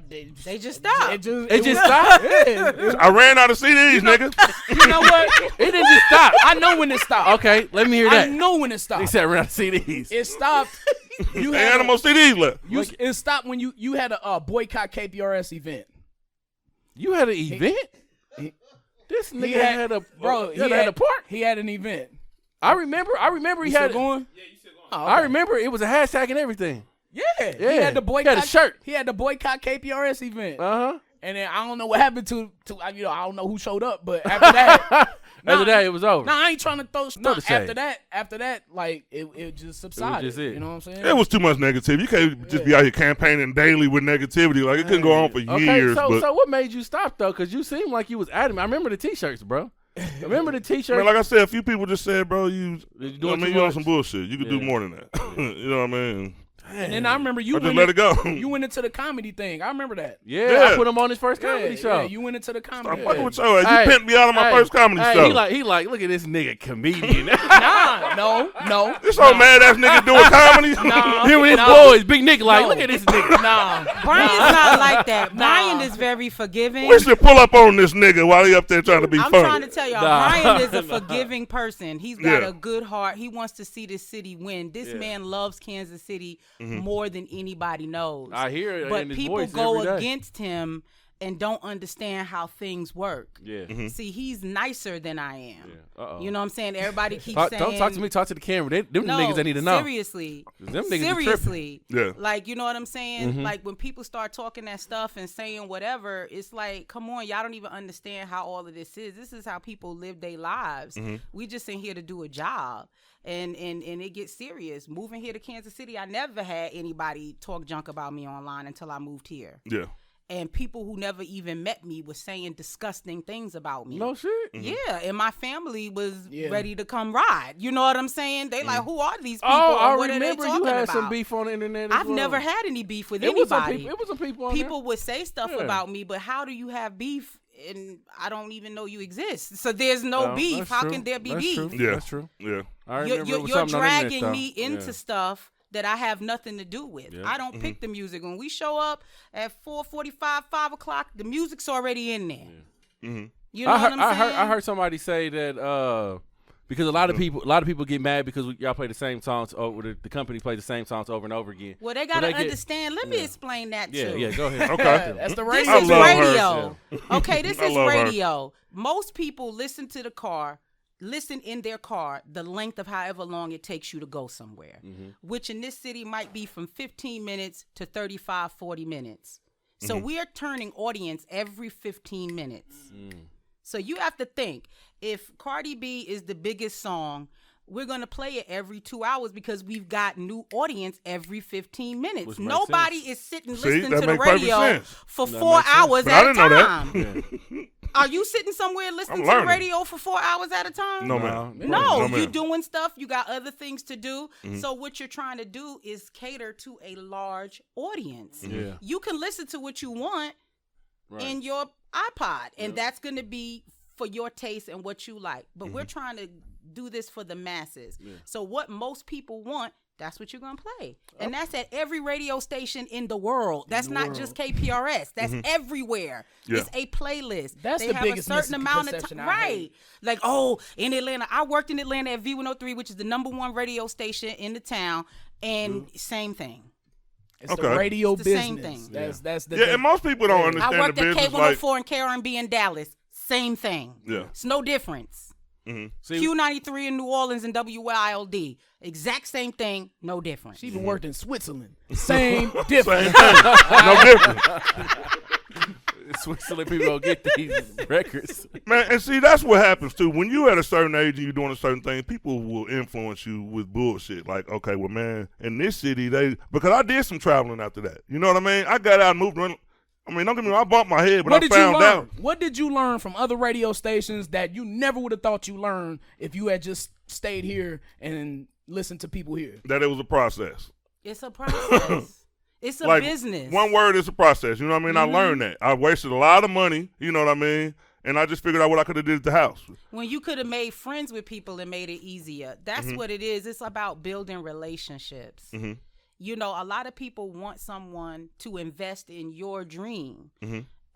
[SPEAKER 4] They just stopped.
[SPEAKER 3] It just
[SPEAKER 2] it just
[SPEAKER 3] was-
[SPEAKER 2] stopped.
[SPEAKER 3] Yeah.
[SPEAKER 1] I ran out of CDs, nigga.
[SPEAKER 3] you know what?
[SPEAKER 2] It didn't just stop. *laughs*
[SPEAKER 3] I know when it stopped.
[SPEAKER 2] Okay, let me hear
[SPEAKER 3] I
[SPEAKER 2] that.
[SPEAKER 3] know when it
[SPEAKER 2] They
[SPEAKER 3] stopped.
[SPEAKER 2] said around CDs.
[SPEAKER 3] It stopped.
[SPEAKER 2] *laughs*
[SPEAKER 3] You
[SPEAKER 1] They
[SPEAKER 3] had
[SPEAKER 1] had no more CDs left.
[SPEAKER 3] A, you, it stopped when you you had a uh, boycott KPRS event.
[SPEAKER 2] You had an event.
[SPEAKER 3] he-
[SPEAKER 2] This nigga
[SPEAKER 3] He
[SPEAKER 2] had, a
[SPEAKER 3] bro.
[SPEAKER 2] He had, had a park.
[SPEAKER 3] He had an event.
[SPEAKER 2] I remember. I remember he
[SPEAKER 3] You still
[SPEAKER 2] had.
[SPEAKER 3] going?
[SPEAKER 2] I remember it was a hashtag and everything.
[SPEAKER 3] Yeah,
[SPEAKER 2] Yeah.
[SPEAKER 3] He had the
[SPEAKER 2] He had
[SPEAKER 3] boycott
[SPEAKER 2] a shirt.
[SPEAKER 3] He had the boycott KPRS
[SPEAKER 2] *laughs*
[SPEAKER 3] event.
[SPEAKER 2] Uh huh.
[SPEAKER 3] And then I don't know what happened to to I- you know I don't know who showed up, but
[SPEAKER 2] *laughs*
[SPEAKER 3] after that,
[SPEAKER 2] After that, it was over.
[SPEAKER 3] Nah, I ain't trying to throw. Nah,
[SPEAKER 2] the shade.
[SPEAKER 3] after that, after that, like it, it just subsided.
[SPEAKER 2] just it.
[SPEAKER 3] You know what I'm saying?
[SPEAKER 1] It was too much negativity. You can't just be out here campaigning daily with negativity. Like it couldn't go on for
[SPEAKER 2] Okay,
[SPEAKER 1] years.
[SPEAKER 2] so
[SPEAKER 1] but
[SPEAKER 2] so what made you stop though? Because you seemed like you was adamant. I remember the t-shirts, *laughs* bro. Remember the
[SPEAKER 1] I
[SPEAKER 2] t-shirts.
[SPEAKER 1] mean, like I said, a few people just said, "Bro, you,
[SPEAKER 2] You're
[SPEAKER 1] I
[SPEAKER 2] doing
[SPEAKER 1] mean,
[SPEAKER 2] too
[SPEAKER 1] you on
[SPEAKER 2] much.
[SPEAKER 1] some bullshit. You could do
[SPEAKER 2] Yeah.
[SPEAKER 1] more than that. *laughs* you know what I mean?
[SPEAKER 3] and then I remember you
[SPEAKER 1] I just
[SPEAKER 3] went
[SPEAKER 1] let
[SPEAKER 3] in-
[SPEAKER 1] it go.
[SPEAKER 3] *laughs* You went into the comedy thing. I remember that.
[SPEAKER 2] yeah, I
[SPEAKER 1] Yeah.
[SPEAKER 2] put him on his first comedy
[SPEAKER 3] yeah,
[SPEAKER 2] show.
[SPEAKER 3] yeah, you went into the
[SPEAKER 1] I'm
[SPEAKER 3] comedy.
[SPEAKER 1] fucking
[SPEAKER 3] thing.
[SPEAKER 1] with your ass.
[SPEAKER 2] Hey,
[SPEAKER 1] You pimped me out of my
[SPEAKER 2] hey,
[SPEAKER 1] first comedy
[SPEAKER 2] hey,
[SPEAKER 1] show.
[SPEAKER 2] He like he like look at this
[SPEAKER 1] *laughs*
[SPEAKER 2] nigga comedian. *laughs*
[SPEAKER 3] nah, no, no.
[SPEAKER 1] This old mad ass nigga doing comedy. *laughs*
[SPEAKER 3] Nah.
[SPEAKER 2] Here with his
[SPEAKER 3] No.
[SPEAKER 2] boys, Big Nick. Like
[SPEAKER 3] No.
[SPEAKER 2] look at this nigga.
[SPEAKER 3] Nah,
[SPEAKER 2] *laughs*
[SPEAKER 4] Brian's
[SPEAKER 3] nah.
[SPEAKER 4] not like that.
[SPEAKER 3] Nah.
[SPEAKER 4] Brian is very forgiving.
[SPEAKER 1] We should pull up on this nigga while he up there trying to be
[SPEAKER 4] I'm
[SPEAKER 1] funny.
[SPEAKER 4] trying to tell y'all,
[SPEAKER 2] *laughs* Nah.
[SPEAKER 4] Brian is a forgiving person. He's got
[SPEAKER 1] Yeah.
[SPEAKER 4] a good heart. He wants to see this city win. This man loves Kansas City more than anybody knows.
[SPEAKER 2] Mm-hmm. I hear it
[SPEAKER 4] But
[SPEAKER 2] in his
[SPEAKER 4] people
[SPEAKER 2] voice
[SPEAKER 4] go
[SPEAKER 2] every day.
[SPEAKER 4] against him and don't understand how things work.
[SPEAKER 2] Yeah.
[SPEAKER 1] Mm-hmm.
[SPEAKER 4] See, he's nicer than I am.
[SPEAKER 2] Yeah. Uh-oh.
[SPEAKER 4] You know what I'm
[SPEAKER 2] *laughs*
[SPEAKER 4] saying? Everybody keeps
[SPEAKER 2] Talk,
[SPEAKER 4] saying
[SPEAKER 2] don't talk to me. Talk to the camera. They, them the
[SPEAKER 4] no,
[SPEAKER 2] niggas that need to know.
[SPEAKER 4] Seriously.
[SPEAKER 2] Them niggas be tripping. Mm-hmm.
[SPEAKER 4] seriously.
[SPEAKER 1] Yeah.
[SPEAKER 4] Like, you know what I'm saying? Like when people start talking that stuff and saying whatever, it's like, come on, y'all don't even understand how all of this is. This is how people live their lives. We just in here to do a job. And and and it gets serious. Moving here to Kansas City, I never had anybody talk junk about me online until I moved here.
[SPEAKER 1] yeah.
[SPEAKER 4] And people who never even met me were saying disgusting things about me.
[SPEAKER 2] No Oh, shit.
[SPEAKER 1] Mm-hmm.
[SPEAKER 4] Yeah, and my family was
[SPEAKER 3] Yeah.
[SPEAKER 4] ready to come ride. You know what I'm saying? They like, who are these people?
[SPEAKER 2] Oh,
[SPEAKER 4] or
[SPEAKER 2] I
[SPEAKER 4] what are
[SPEAKER 2] remember
[SPEAKER 4] they
[SPEAKER 2] you
[SPEAKER 4] talking
[SPEAKER 2] had
[SPEAKER 4] about?
[SPEAKER 2] some beef on the internet. as
[SPEAKER 4] I've
[SPEAKER 2] well.
[SPEAKER 4] never had any beef with
[SPEAKER 2] It was some
[SPEAKER 4] anybody.
[SPEAKER 2] people. It was some people. on there.
[SPEAKER 4] people would say stuff
[SPEAKER 2] Yeah.
[SPEAKER 4] about me, but how do you have beef and I don't even know you exist? So there's no
[SPEAKER 2] Well,
[SPEAKER 4] beef.
[SPEAKER 2] that's
[SPEAKER 4] How
[SPEAKER 2] true.
[SPEAKER 4] can there be
[SPEAKER 2] That's
[SPEAKER 4] beef?
[SPEAKER 2] true.
[SPEAKER 1] Yeah.
[SPEAKER 2] That's true.
[SPEAKER 1] Yeah.
[SPEAKER 2] I
[SPEAKER 4] You're,
[SPEAKER 2] remember it
[SPEAKER 4] you're,
[SPEAKER 2] was
[SPEAKER 4] you're
[SPEAKER 2] something on the internet,
[SPEAKER 4] dragging
[SPEAKER 2] though.
[SPEAKER 4] me into
[SPEAKER 2] Yeah.
[SPEAKER 4] stuff that I have nothing to do with.
[SPEAKER 2] Yeah. Mm-hmm.
[SPEAKER 4] I don't pick the music. When we show up at 4:45, 5 o'clock, the music's already in there. You know
[SPEAKER 2] I heard,
[SPEAKER 4] what I'm
[SPEAKER 2] I
[SPEAKER 4] saying?
[SPEAKER 2] heard I heard somebody say that uh, because a lot of people a lot of people get mad because we, y'all play the same songs over the, the company plays the same songs over and over again.
[SPEAKER 4] Well, they gotta
[SPEAKER 2] they get-
[SPEAKER 4] understand. Let me explain that
[SPEAKER 2] Yeah,
[SPEAKER 4] too.
[SPEAKER 2] yeah. Go ahead.
[SPEAKER 4] *laughs*
[SPEAKER 1] Okay.
[SPEAKER 3] That's the
[SPEAKER 4] This
[SPEAKER 3] radio.
[SPEAKER 1] I
[SPEAKER 4] is
[SPEAKER 1] love her.
[SPEAKER 4] radio. Okay, this
[SPEAKER 1] *laughs* I
[SPEAKER 4] is
[SPEAKER 1] love her.
[SPEAKER 4] radio. Most people listen to the car, listen in their car the length of however long it takes you to go somewhere,
[SPEAKER 1] Mm-hmm.
[SPEAKER 4] which in this city might be from 15 minutes to 35, 40 minutes. So
[SPEAKER 1] Mm-hmm.
[SPEAKER 4] we are turning audience every 15 minutes.
[SPEAKER 1] Mm.
[SPEAKER 4] So you have to think if Cardi B is the biggest song, we're going to play it every two hours because we've got new audience every 15 minutes.
[SPEAKER 2] Which makes
[SPEAKER 4] Nobody
[SPEAKER 2] sense.
[SPEAKER 4] is sitting
[SPEAKER 1] See,
[SPEAKER 4] listening
[SPEAKER 1] that
[SPEAKER 4] to the
[SPEAKER 1] make perfect
[SPEAKER 4] radio
[SPEAKER 1] sense.
[SPEAKER 4] for four hours
[SPEAKER 1] But I
[SPEAKER 4] at a
[SPEAKER 1] didn't know that.
[SPEAKER 4] time. Are you sitting somewhere listening
[SPEAKER 1] I'm
[SPEAKER 4] to the
[SPEAKER 1] learning.
[SPEAKER 4] radio for four hours at a time?
[SPEAKER 1] No, man.
[SPEAKER 4] No,
[SPEAKER 1] ma'am. Mm-hmm.
[SPEAKER 4] you doing stuff. You got other things to do. So what you're trying to do is cater to a large audience.
[SPEAKER 1] Mm-hmm.
[SPEAKER 2] Yeah.
[SPEAKER 4] You can listen to what you want
[SPEAKER 2] Right.
[SPEAKER 4] in your iPod, and that's going to be for your taste and what you like. But we're trying to do this for the masses. So what most people want. That's what you're gonna play, and that's at every radio station in the world. Mm-hmm. That's not just KPRS. That's everywhere.
[SPEAKER 1] Yeah.
[SPEAKER 4] It's a playlist.
[SPEAKER 3] That's
[SPEAKER 4] they
[SPEAKER 3] the
[SPEAKER 4] have
[SPEAKER 3] biggest
[SPEAKER 4] a certain amount of
[SPEAKER 3] misconception
[SPEAKER 4] time,
[SPEAKER 3] I hate.
[SPEAKER 4] right? Like, oh, in Atlanta, I worked in Atlanta at V103, which is the number one radio station in the town, and same thing.
[SPEAKER 3] It's the
[SPEAKER 1] Okay.
[SPEAKER 3] radio
[SPEAKER 4] It's the
[SPEAKER 3] business.
[SPEAKER 4] same thing.
[SPEAKER 3] That's that's the
[SPEAKER 1] Yeah, and most people don't
[SPEAKER 4] I
[SPEAKER 1] understand the
[SPEAKER 4] worked at
[SPEAKER 1] business.
[SPEAKER 4] K104
[SPEAKER 1] Like,
[SPEAKER 4] and KRMB in Dallas, same thing.
[SPEAKER 1] Yeah. Mm-hmm.
[SPEAKER 4] it's no difference.
[SPEAKER 2] See-
[SPEAKER 4] Q93 in New Orleans and WYLD. Exact same thing, no different.
[SPEAKER 3] She even worked
[SPEAKER 1] *laughs*
[SPEAKER 3] in Switzerland. Same
[SPEAKER 1] Same
[SPEAKER 3] difference.
[SPEAKER 1] thing. no different.
[SPEAKER 2] *laughs* Switzerland people don't get these records.
[SPEAKER 1] Man, and see, that's what happens too. When you at a certain age and you're doing a certain thing, people will influence you with bullshit. Like, okay, well, man, in this city, they because I did some traveling after that. You know what I mean? I got out and moved. Around. I mean, don't get me wrong, I bumped my head, but
[SPEAKER 3] What
[SPEAKER 1] I
[SPEAKER 3] did you
[SPEAKER 1] found
[SPEAKER 3] learn?
[SPEAKER 1] out.
[SPEAKER 3] What did you learn from other radio stations that you never would have thought you learned if you had just stayed here and listened to people here?
[SPEAKER 1] That it was a process.
[SPEAKER 4] It's
[SPEAKER 1] *laughs*
[SPEAKER 4] a process. it's a
[SPEAKER 1] like
[SPEAKER 4] business.
[SPEAKER 1] one word is a process. You know what I mean?
[SPEAKER 3] Mm-hmm.
[SPEAKER 1] I learned that. I wasted a lot of money. You know what I mean? And I just figured out what I could have did at the house.
[SPEAKER 4] when you could have made friends with people and made it easier. That's what it is. It's about building relationships. You know, a lot of people want someone to invest in your dream.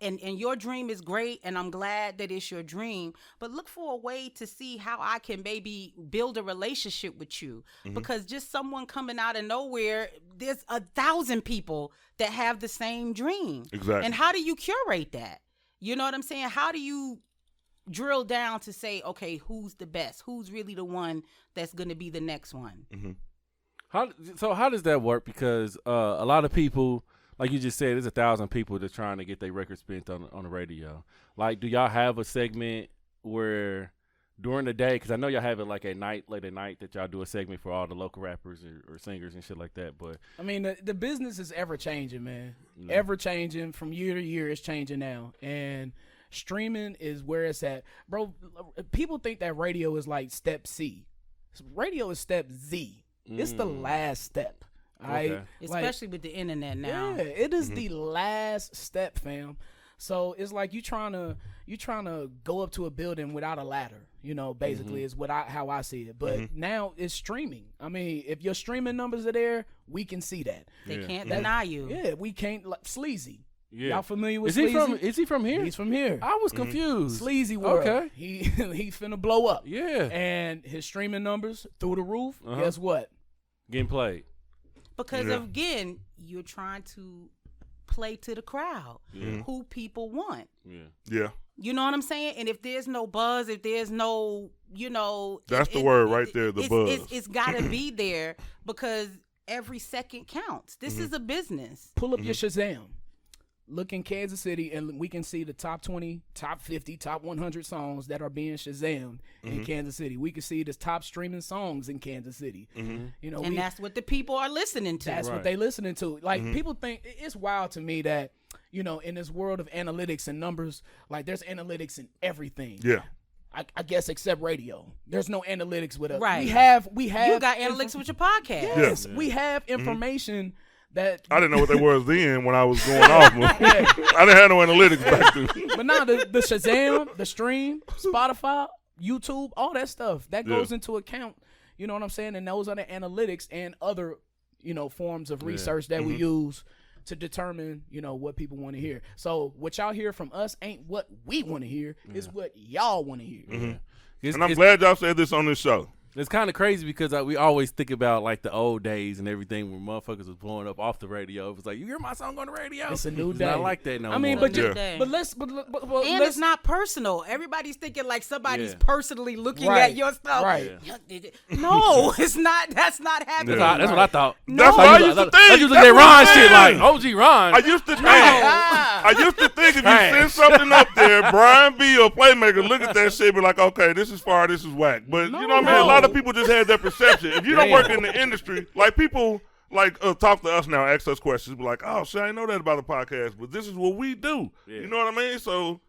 [SPEAKER 4] And, and your dream is great, and I'm glad that it's your dream. But look for a way to see how I can maybe build a relationship with you. Because just someone coming out of nowhere, there's a thousand people that have the same dream.
[SPEAKER 1] Exactly.
[SPEAKER 4] And how do you curate that? You know what I'm saying? How do you drill down to say, okay, who's the best? Who's really the one that's going to be the next one?
[SPEAKER 1] Mm.
[SPEAKER 2] How so? How does that work? Because uh, a lot of people, like you just said, there's a thousand people that's trying to get their record spent on on the radio. Like, do y'all have a segment where during the day? Because I know y'all have it like at night, late at night, that y'all do a segment for all the local rappers or, or singers and shit like that. But
[SPEAKER 3] I mean, the, the business is ever changing, man. Ever changing from year to year. It's changing now, and streaming is where it's at, bro. People think that radio is like step C. Radio is step Z. It's the
[SPEAKER 1] Mm.
[SPEAKER 3] last step. I
[SPEAKER 2] Okay.
[SPEAKER 4] Especially with the internet now.
[SPEAKER 3] Yeah, it is the last step, fam. So it's like you trying to you trying to go up to a building without a ladder. You know, basically is what I how I see it. But now it's streaming. I mean, if your streaming numbers are there, we can see that.
[SPEAKER 4] They can't deny you.
[SPEAKER 3] Yeah, we can't like, sleazy.
[SPEAKER 2] yeah,
[SPEAKER 3] Y'all familiar with
[SPEAKER 2] is he
[SPEAKER 3] sleazy?
[SPEAKER 2] from? Is he from here?
[SPEAKER 3] He's from here.
[SPEAKER 2] I was confused.
[SPEAKER 3] Sleazy world.
[SPEAKER 2] Okay.
[SPEAKER 3] He *laughs* he finna blow up.
[SPEAKER 2] Yeah. Uh-huh.
[SPEAKER 3] And his streaming numbers through the roof. Guess what?
[SPEAKER 2] Getting played.
[SPEAKER 4] Because
[SPEAKER 1] Yeah.
[SPEAKER 4] again, you're trying to play to the crowd,
[SPEAKER 1] Mm.
[SPEAKER 4] who people want.
[SPEAKER 2] Yeah.
[SPEAKER 1] Yeah,
[SPEAKER 4] You know what I'm saying? And if there's no buzz, if there's no, you know,
[SPEAKER 1] That's the word right there, the
[SPEAKER 4] it's,
[SPEAKER 1] buzz.
[SPEAKER 4] It's, it's got to
[SPEAKER 1] *clears throat*
[SPEAKER 4] be there because every second counts.
[SPEAKER 1] Mm-hmm.
[SPEAKER 4] This is a business.
[SPEAKER 3] pull up your Shazam. Look in Kansas City, and we can see the top 20, top 50, top 100 songs that are being Shazammed in Kansas City. We can see the top streaming songs in Kansas City. You know,
[SPEAKER 4] And
[SPEAKER 3] we,
[SPEAKER 4] that's what the people are listening to.
[SPEAKER 3] that's what they listening to. Like people think it- it's wild to me that you know in this world of analytics and numbers, like there's analytics in everything.
[SPEAKER 1] yeah.
[SPEAKER 3] I, I guess except radio, there's no analytics with us.
[SPEAKER 4] Right.
[SPEAKER 3] We have we have
[SPEAKER 4] You got
[SPEAKER 3] inf-
[SPEAKER 4] analytics with your podcast.
[SPEAKER 3] Yes, we have information that
[SPEAKER 1] I didn't know what
[SPEAKER 3] *laughs*
[SPEAKER 1] they was then when I was going off. I didn't have no analytics back
[SPEAKER 3] *laughs*
[SPEAKER 1] then.
[SPEAKER 3] But now the, the Shazam, the stream, Spotify, YouTube, all that stuff that goes into account. You know what I'm saying? And those are the analytics and other, you know, forms of research that we use to determine, you know, what people want to hear. So what y'all hear from us ain't what we want to hear. It's what y'all want to hear.
[SPEAKER 2] It's,
[SPEAKER 1] And I'm
[SPEAKER 2] it's-
[SPEAKER 1] glad y'all said this on this show.
[SPEAKER 2] It's kind of crazy because like, we always think about like the old days and everything where motherfuckers was blowing up off the radio. It was like you hear my song on the radio.
[SPEAKER 3] It's a new
[SPEAKER 2] It's
[SPEAKER 3] day.
[SPEAKER 2] Not like that no
[SPEAKER 3] I mean,
[SPEAKER 2] more.
[SPEAKER 3] but
[SPEAKER 4] New
[SPEAKER 3] you,
[SPEAKER 4] day.
[SPEAKER 3] but let's but, but, but
[SPEAKER 4] And
[SPEAKER 3] let's
[SPEAKER 4] it's not personal. Everybody's thinking like somebody's
[SPEAKER 2] Yeah.
[SPEAKER 4] personally looking
[SPEAKER 3] Right.
[SPEAKER 4] at your stuff. *laughs*
[SPEAKER 3] Right.
[SPEAKER 4] No, it's not. That's not happening.
[SPEAKER 2] that's, what I- that's what I thought.
[SPEAKER 1] That's what I used to
[SPEAKER 2] I
[SPEAKER 1] think.
[SPEAKER 2] used to
[SPEAKER 1] That's
[SPEAKER 2] get
[SPEAKER 1] what I'm
[SPEAKER 2] Ron shit like
[SPEAKER 1] saying.
[SPEAKER 2] OG Ron.
[SPEAKER 1] I used to think. I used to think if you send
[SPEAKER 2] Trash.
[SPEAKER 1] something up there, Brian B or Playmaker look at that shit, be like, okay, this is fire, this is whack. But you know what I mean? A lot of people just had that perception. If you don't work in the industry, like people like uh, talk to us now, ask us questions, be like, oh shit, I didn't know that about the podcast, but this is what we do. You know what I mean? So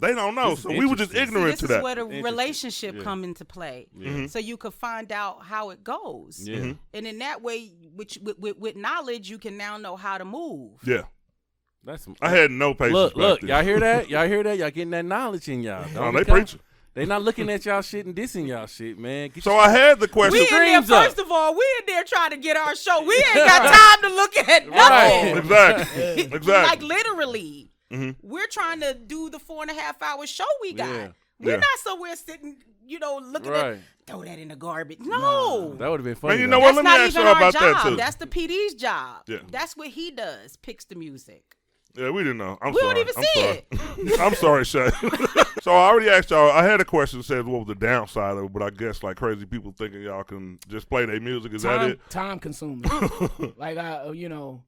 [SPEAKER 1] they don't know. So we were just
[SPEAKER 2] interesting.
[SPEAKER 1] ignorant
[SPEAKER 4] this
[SPEAKER 1] to
[SPEAKER 4] is
[SPEAKER 1] that.
[SPEAKER 4] where the relationship come into play so you could find out how it goes
[SPEAKER 2] yeah.
[SPEAKER 1] Mm-hmm.
[SPEAKER 4] and in that way which with, with, with knowledge you can now know how to move
[SPEAKER 1] yeah.
[SPEAKER 2] That's
[SPEAKER 1] I had no patience.
[SPEAKER 2] look,
[SPEAKER 1] back
[SPEAKER 2] look,
[SPEAKER 1] then.
[SPEAKER 2] y'all hear that? Y'all hear that? Y'all getting that knowledge in y'all.
[SPEAKER 1] Oh,
[SPEAKER 2] Don't
[SPEAKER 1] they
[SPEAKER 2] become-
[SPEAKER 1] preaching.
[SPEAKER 2] They not looking at y'all shit and dissing y'all shit, man. Get
[SPEAKER 1] So
[SPEAKER 2] your-
[SPEAKER 1] I had the question.
[SPEAKER 4] we in there
[SPEAKER 2] dreams up.
[SPEAKER 4] first of all we in there trying to get our show we ain't got time to look at nothing
[SPEAKER 2] Right.
[SPEAKER 1] exactly. exactly. Mm-hmm.
[SPEAKER 4] like literally we're trying to do the four and a half hour show we got
[SPEAKER 2] Yeah.
[SPEAKER 4] we're
[SPEAKER 1] Yeah.
[SPEAKER 4] not somewhere sitting you know looking
[SPEAKER 2] Right.
[SPEAKER 4] at throw that in the garbage no
[SPEAKER 2] that would have been funny.
[SPEAKER 1] Man, you
[SPEAKER 2] though.
[SPEAKER 1] know what?
[SPEAKER 4] that's
[SPEAKER 1] Let me
[SPEAKER 4] not
[SPEAKER 1] ask
[SPEAKER 4] even
[SPEAKER 1] y'all
[SPEAKER 4] our
[SPEAKER 1] about
[SPEAKER 4] job
[SPEAKER 1] that too.
[SPEAKER 4] that's the pd's job
[SPEAKER 1] Yeah.
[SPEAKER 4] that's what he does picks the music
[SPEAKER 1] yeah, we didn't know. I'm
[SPEAKER 4] We
[SPEAKER 1] sorry.
[SPEAKER 4] don't even
[SPEAKER 1] *laughs* I'm
[SPEAKER 4] see *laughs*
[SPEAKER 1] sorry. it. I'm sorry, Shay. So I already asked y'all. I had a question that says what was the downside of it, but I guess like crazy people thinking y'all can just play their music. Is
[SPEAKER 3] time, time consuming. like I, uh, you know,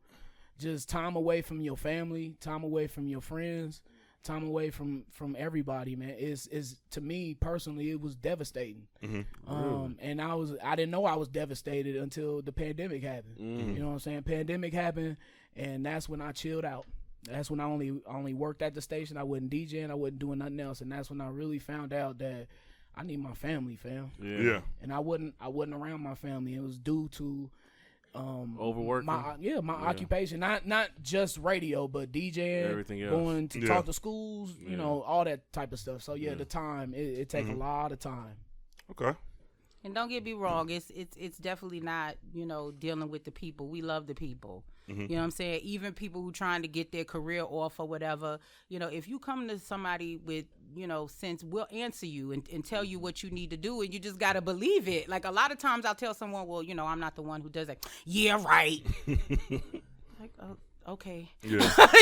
[SPEAKER 3] just time away from your family, time away from your friends, time away from from everybody, man. Is is to me personally, it was devastating.
[SPEAKER 1] that it?
[SPEAKER 3] Um, and I was I didn't know I was devastated until the pandemic happened. You know what I'm saying? Pandemic happened, and that's when I chilled out. That's when I only I only worked at the station. I wasn't DJing. I wasn't doing nothing else. And that's when I really found out that I need my family, fam.
[SPEAKER 1] hmm Yeah.
[SPEAKER 3] And I wasn't I wasn't around my family. It was due to um
[SPEAKER 2] Overworking.
[SPEAKER 3] my yeah my occupation not not just radio but DJing
[SPEAKER 2] Everything else.
[SPEAKER 3] going to
[SPEAKER 1] Yeah.
[SPEAKER 3] talk to schools you
[SPEAKER 2] Yeah.
[SPEAKER 3] know all that type of stuff so yeah,
[SPEAKER 2] Yeah.
[SPEAKER 3] the time it, it takes a lot of time
[SPEAKER 1] Okay.
[SPEAKER 4] And don't get me wrong, it's it's it's definitely not, you know, dealing with the people. We love the people. You know what I'm saying? Even people who trying to get their career off or whatever, you know, if you come to somebody with, you know, sense, we'll answer you and, and tell you what you need to do and you just gotta believe it. Like a lot of times I'll tell someone, Well, you know, I'm not the one who does that. Yeah, right. like, oh, okay. *laughs*
[SPEAKER 1] Yeah.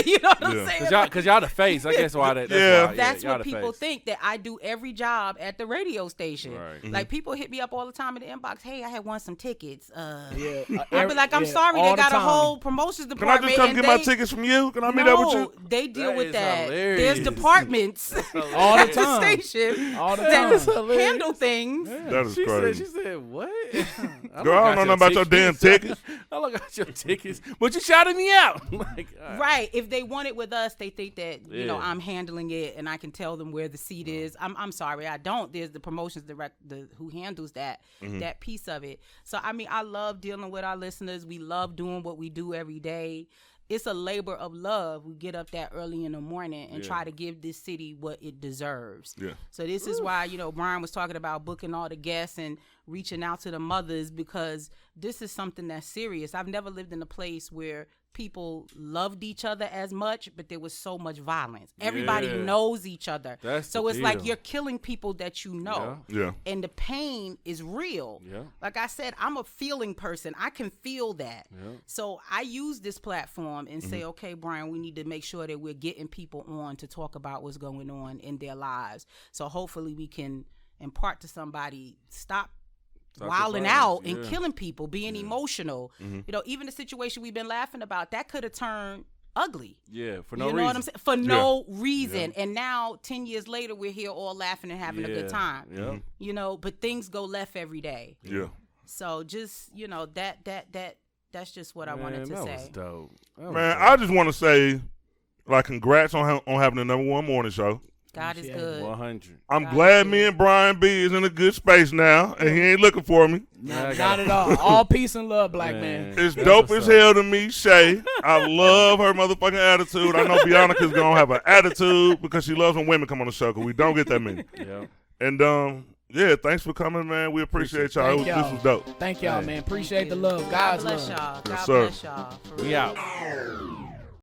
[SPEAKER 4] you know what I'm
[SPEAKER 1] Yeah.
[SPEAKER 4] saying?
[SPEAKER 2] Cause y'all, cause y'all the face. I guess why that. That's
[SPEAKER 1] Yeah.
[SPEAKER 2] why,
[SPEAKER 4] That's
[SPEAKER 2] y'all
[SPEAKER 4] what
[SPEAKER 2] the
[SPEAKER 4] people
[SPEAKER 2] face.
[SPEAKER 4] think that I do every job at the radio station.
[SPEAKER 2] Right.
[SPEAKER 1] Mm-hmm.
[SPEAKER 4] Like people hit me up all the time in the inbox. Hey, I had won some tickets. Uh,
[SPEAKER 3] yeah
[SPEAKER 4] I'd be like, I'm sorry, they got a whole promotions
[SPEAKER 1] Can I
[SPEAKER 4] department.
[SPEAKER 1] just come
[SPEAKER 4] and
[SPEAKER 1] get my
[SPEAKER 4] they-
[SPEAKER 1] tickets from you? Can I meet
[SPEAKER 4] no,
[SPEAKER 1] up with you?
[SPEAKER 4] they deal
[SPEAKER 2] That
[SPEAKER 4] with
[SPEAKER 2] is
[SPEAKER 4] that.
[SPEAKER 2] hilarious.
[SPEAKER 4] There's departments *laughs*
[SPEAKER 3] all the
[SPEAKER 4] at the
[SPEAKER 3] time
[SPEAKER 4] station
[SPEAKER 3] all the
[SPEAKER 4] that
[SPEAKER 3] time
[SPEAKER 2] hilarious.
[SPEAKER 4] handle things.
[SPEAKER 1] That is
[SPEAKER 2] she
[SPEAKER 1] crazy.
[SPEAKER 2] Said, she
[SPEAKER 1] *laughs*
[SPEAKER 2] said, "What? *laughs* I
[SPEAKER 1] Girl, I don't know nothing about your damn tickets.
[SPEAKER 2] *laughs* I look at your tickets, but you shouted me out. *laughs* like, all right.
[SPEAKER 4] Right. If they want it with us, they think that you
[SPEAKER 2] Yeah.
[SPEAKER 4] know
[SPEAKER 2] Mm-hmm.
[SPEAKER 4] I'm handling it and I can tell them where the seat is. I'm I'm sorry, I don't. There's the promotions director who handles that
[SPEAKER 2] Mm-hmm.
[SPEAKER 4] that piece of it. So I mean, I love dealing with our listeners. We love doing what we do every day. It's a labor of love. We get up that early in the morning and
[SPEAKER 2] Yeah.
[SPEAKER 4] try to give this city what it deserves.
[SPEAKER 1] Yeah.
[SPEAKER 4] So this is why you know Brian was talking about booking all the guests and reaching out to the mothers because this is something that's serious. I've never lived in a place where people loved each other as much, but there was so much violence. Everybody
[SPEAKER 2] Yeah.
[SPEAKER 4] knows each other,
[SPEAKER 2] That's
[SPEAKER 4] so
[SPEAKER 2] the
[SPEAKER 4] it's like
[SPEAKER 2] deal.
[SPEAKER 4] you're killing people that you know.
[SPEAKER 1] Yeah.
[SPEAKER 4] And the pain is real.
[SPEAKER 2] Yeah.
[SPEAKER 4] Like I said, I'm a feeling person. I can feel that.
[SPEAKER 2] Yeah. Mm-hmm.
[SPEAKER 4] So I use this platform and say, okay, Brian, we need to make sure that we're getting people on to talk about what's going on in their lives. So hopefully we can impart to somebody stop
[SPEAKER 2] Stop the
[SPEAKER 4] wilding out
[SPEAKER 2] violence,
[SPEAKER 4] and
[SPEAKER 2] yeah. Mm-hmm.
[SPEAKER 4] killing people, being emotional. You know, even the situation we've been laughing about, that could have turned ugly.
[SPEAKER 2] Yeah, for
[SPEAKER 4] You
[SPEAKER 2] no
[SPEAKER 4] know
[SPEAKER 2] reason.
[SPEAKER 4] what I'm saying? For no reason. And now, 10 years later, we're here all laughing and having a
[SPEAKER 2] Yeah,
[SPEAKER 4] good time.
[SPEAKER 2] Yeah.
[SPEAKER 4] You know, but things go left every day.
[SPEAKER 1] Yeah.
[SPEAKER 4] So just, you know, that, that, that, that's just what I wanted
[SPEAKER 2] Man,
[SPEAKER 4] to
[SPEAKER 2] that
[SPEAKER 4] say.
[SPEAKER 2] was dope. That was
[SPEAKER 1] Man,
[SPEAKER 2] dope.
[SPEAKER 1] I just want to say, like, congrats on, ha- on having the number one morning show.
[SPEAKER 4] God is
[SPEAKER 3] Yeah.
[SPEAKER 4] good.
[SPEAKER 2] 100.
[SPEAKER 1] I'm
[SPEAKER 4] Nah,
[SPEAKER 1] glad
[SPEAKER 4] dude.
[SPEAKER 1] me and Brian B is in a good space now, and he ain't looking for me.
[SPEAKER 2] Yeah, I
[SPEAKER 3] not,
[SPEAKER 2] got
[SPEAKER 3] not at all all peace and love black man,
[SPEAKER 1] It's
[SPEAKER 2] that's
[SPEAKER 1] dope
[SPEAKER 2] what's
[SPEAKER 1] as
[SPEAKER 2] up.
[SPEAKER 1] hell to me, Shay. I love her motherfucking attitude. I know Bianca's gonna have an attitude because she loves when women come on the show because we don't get that many.
[SPEAKER 2] Yeah.
[SPEAKER 1] And um, yeah, thanks for coming, man. We appreciate y'all. It was,
[SPEAKER 3] Thank
[SPEAKER 1] this
[SPEAKER 3] y'all.
[SPEAKER 1] was dope.
[SPEAKER 3] thank y'all
[SPEAKER 2] Hey.
[SPEAKER 3] man appreciate the
[SPEAKER 4] you.
[SPEAKER 3] love god's
[SPEAKER 4] God bless
[SPEAKER 3] love
[SPEAKER 4] y'all. God
[SPEAKER 1] Yes, sir.
[SPEAKER 4] bless y'all. For
[SPEAKER 2] We
[SPEAKER 4] real.
[SPEAKER 2] out.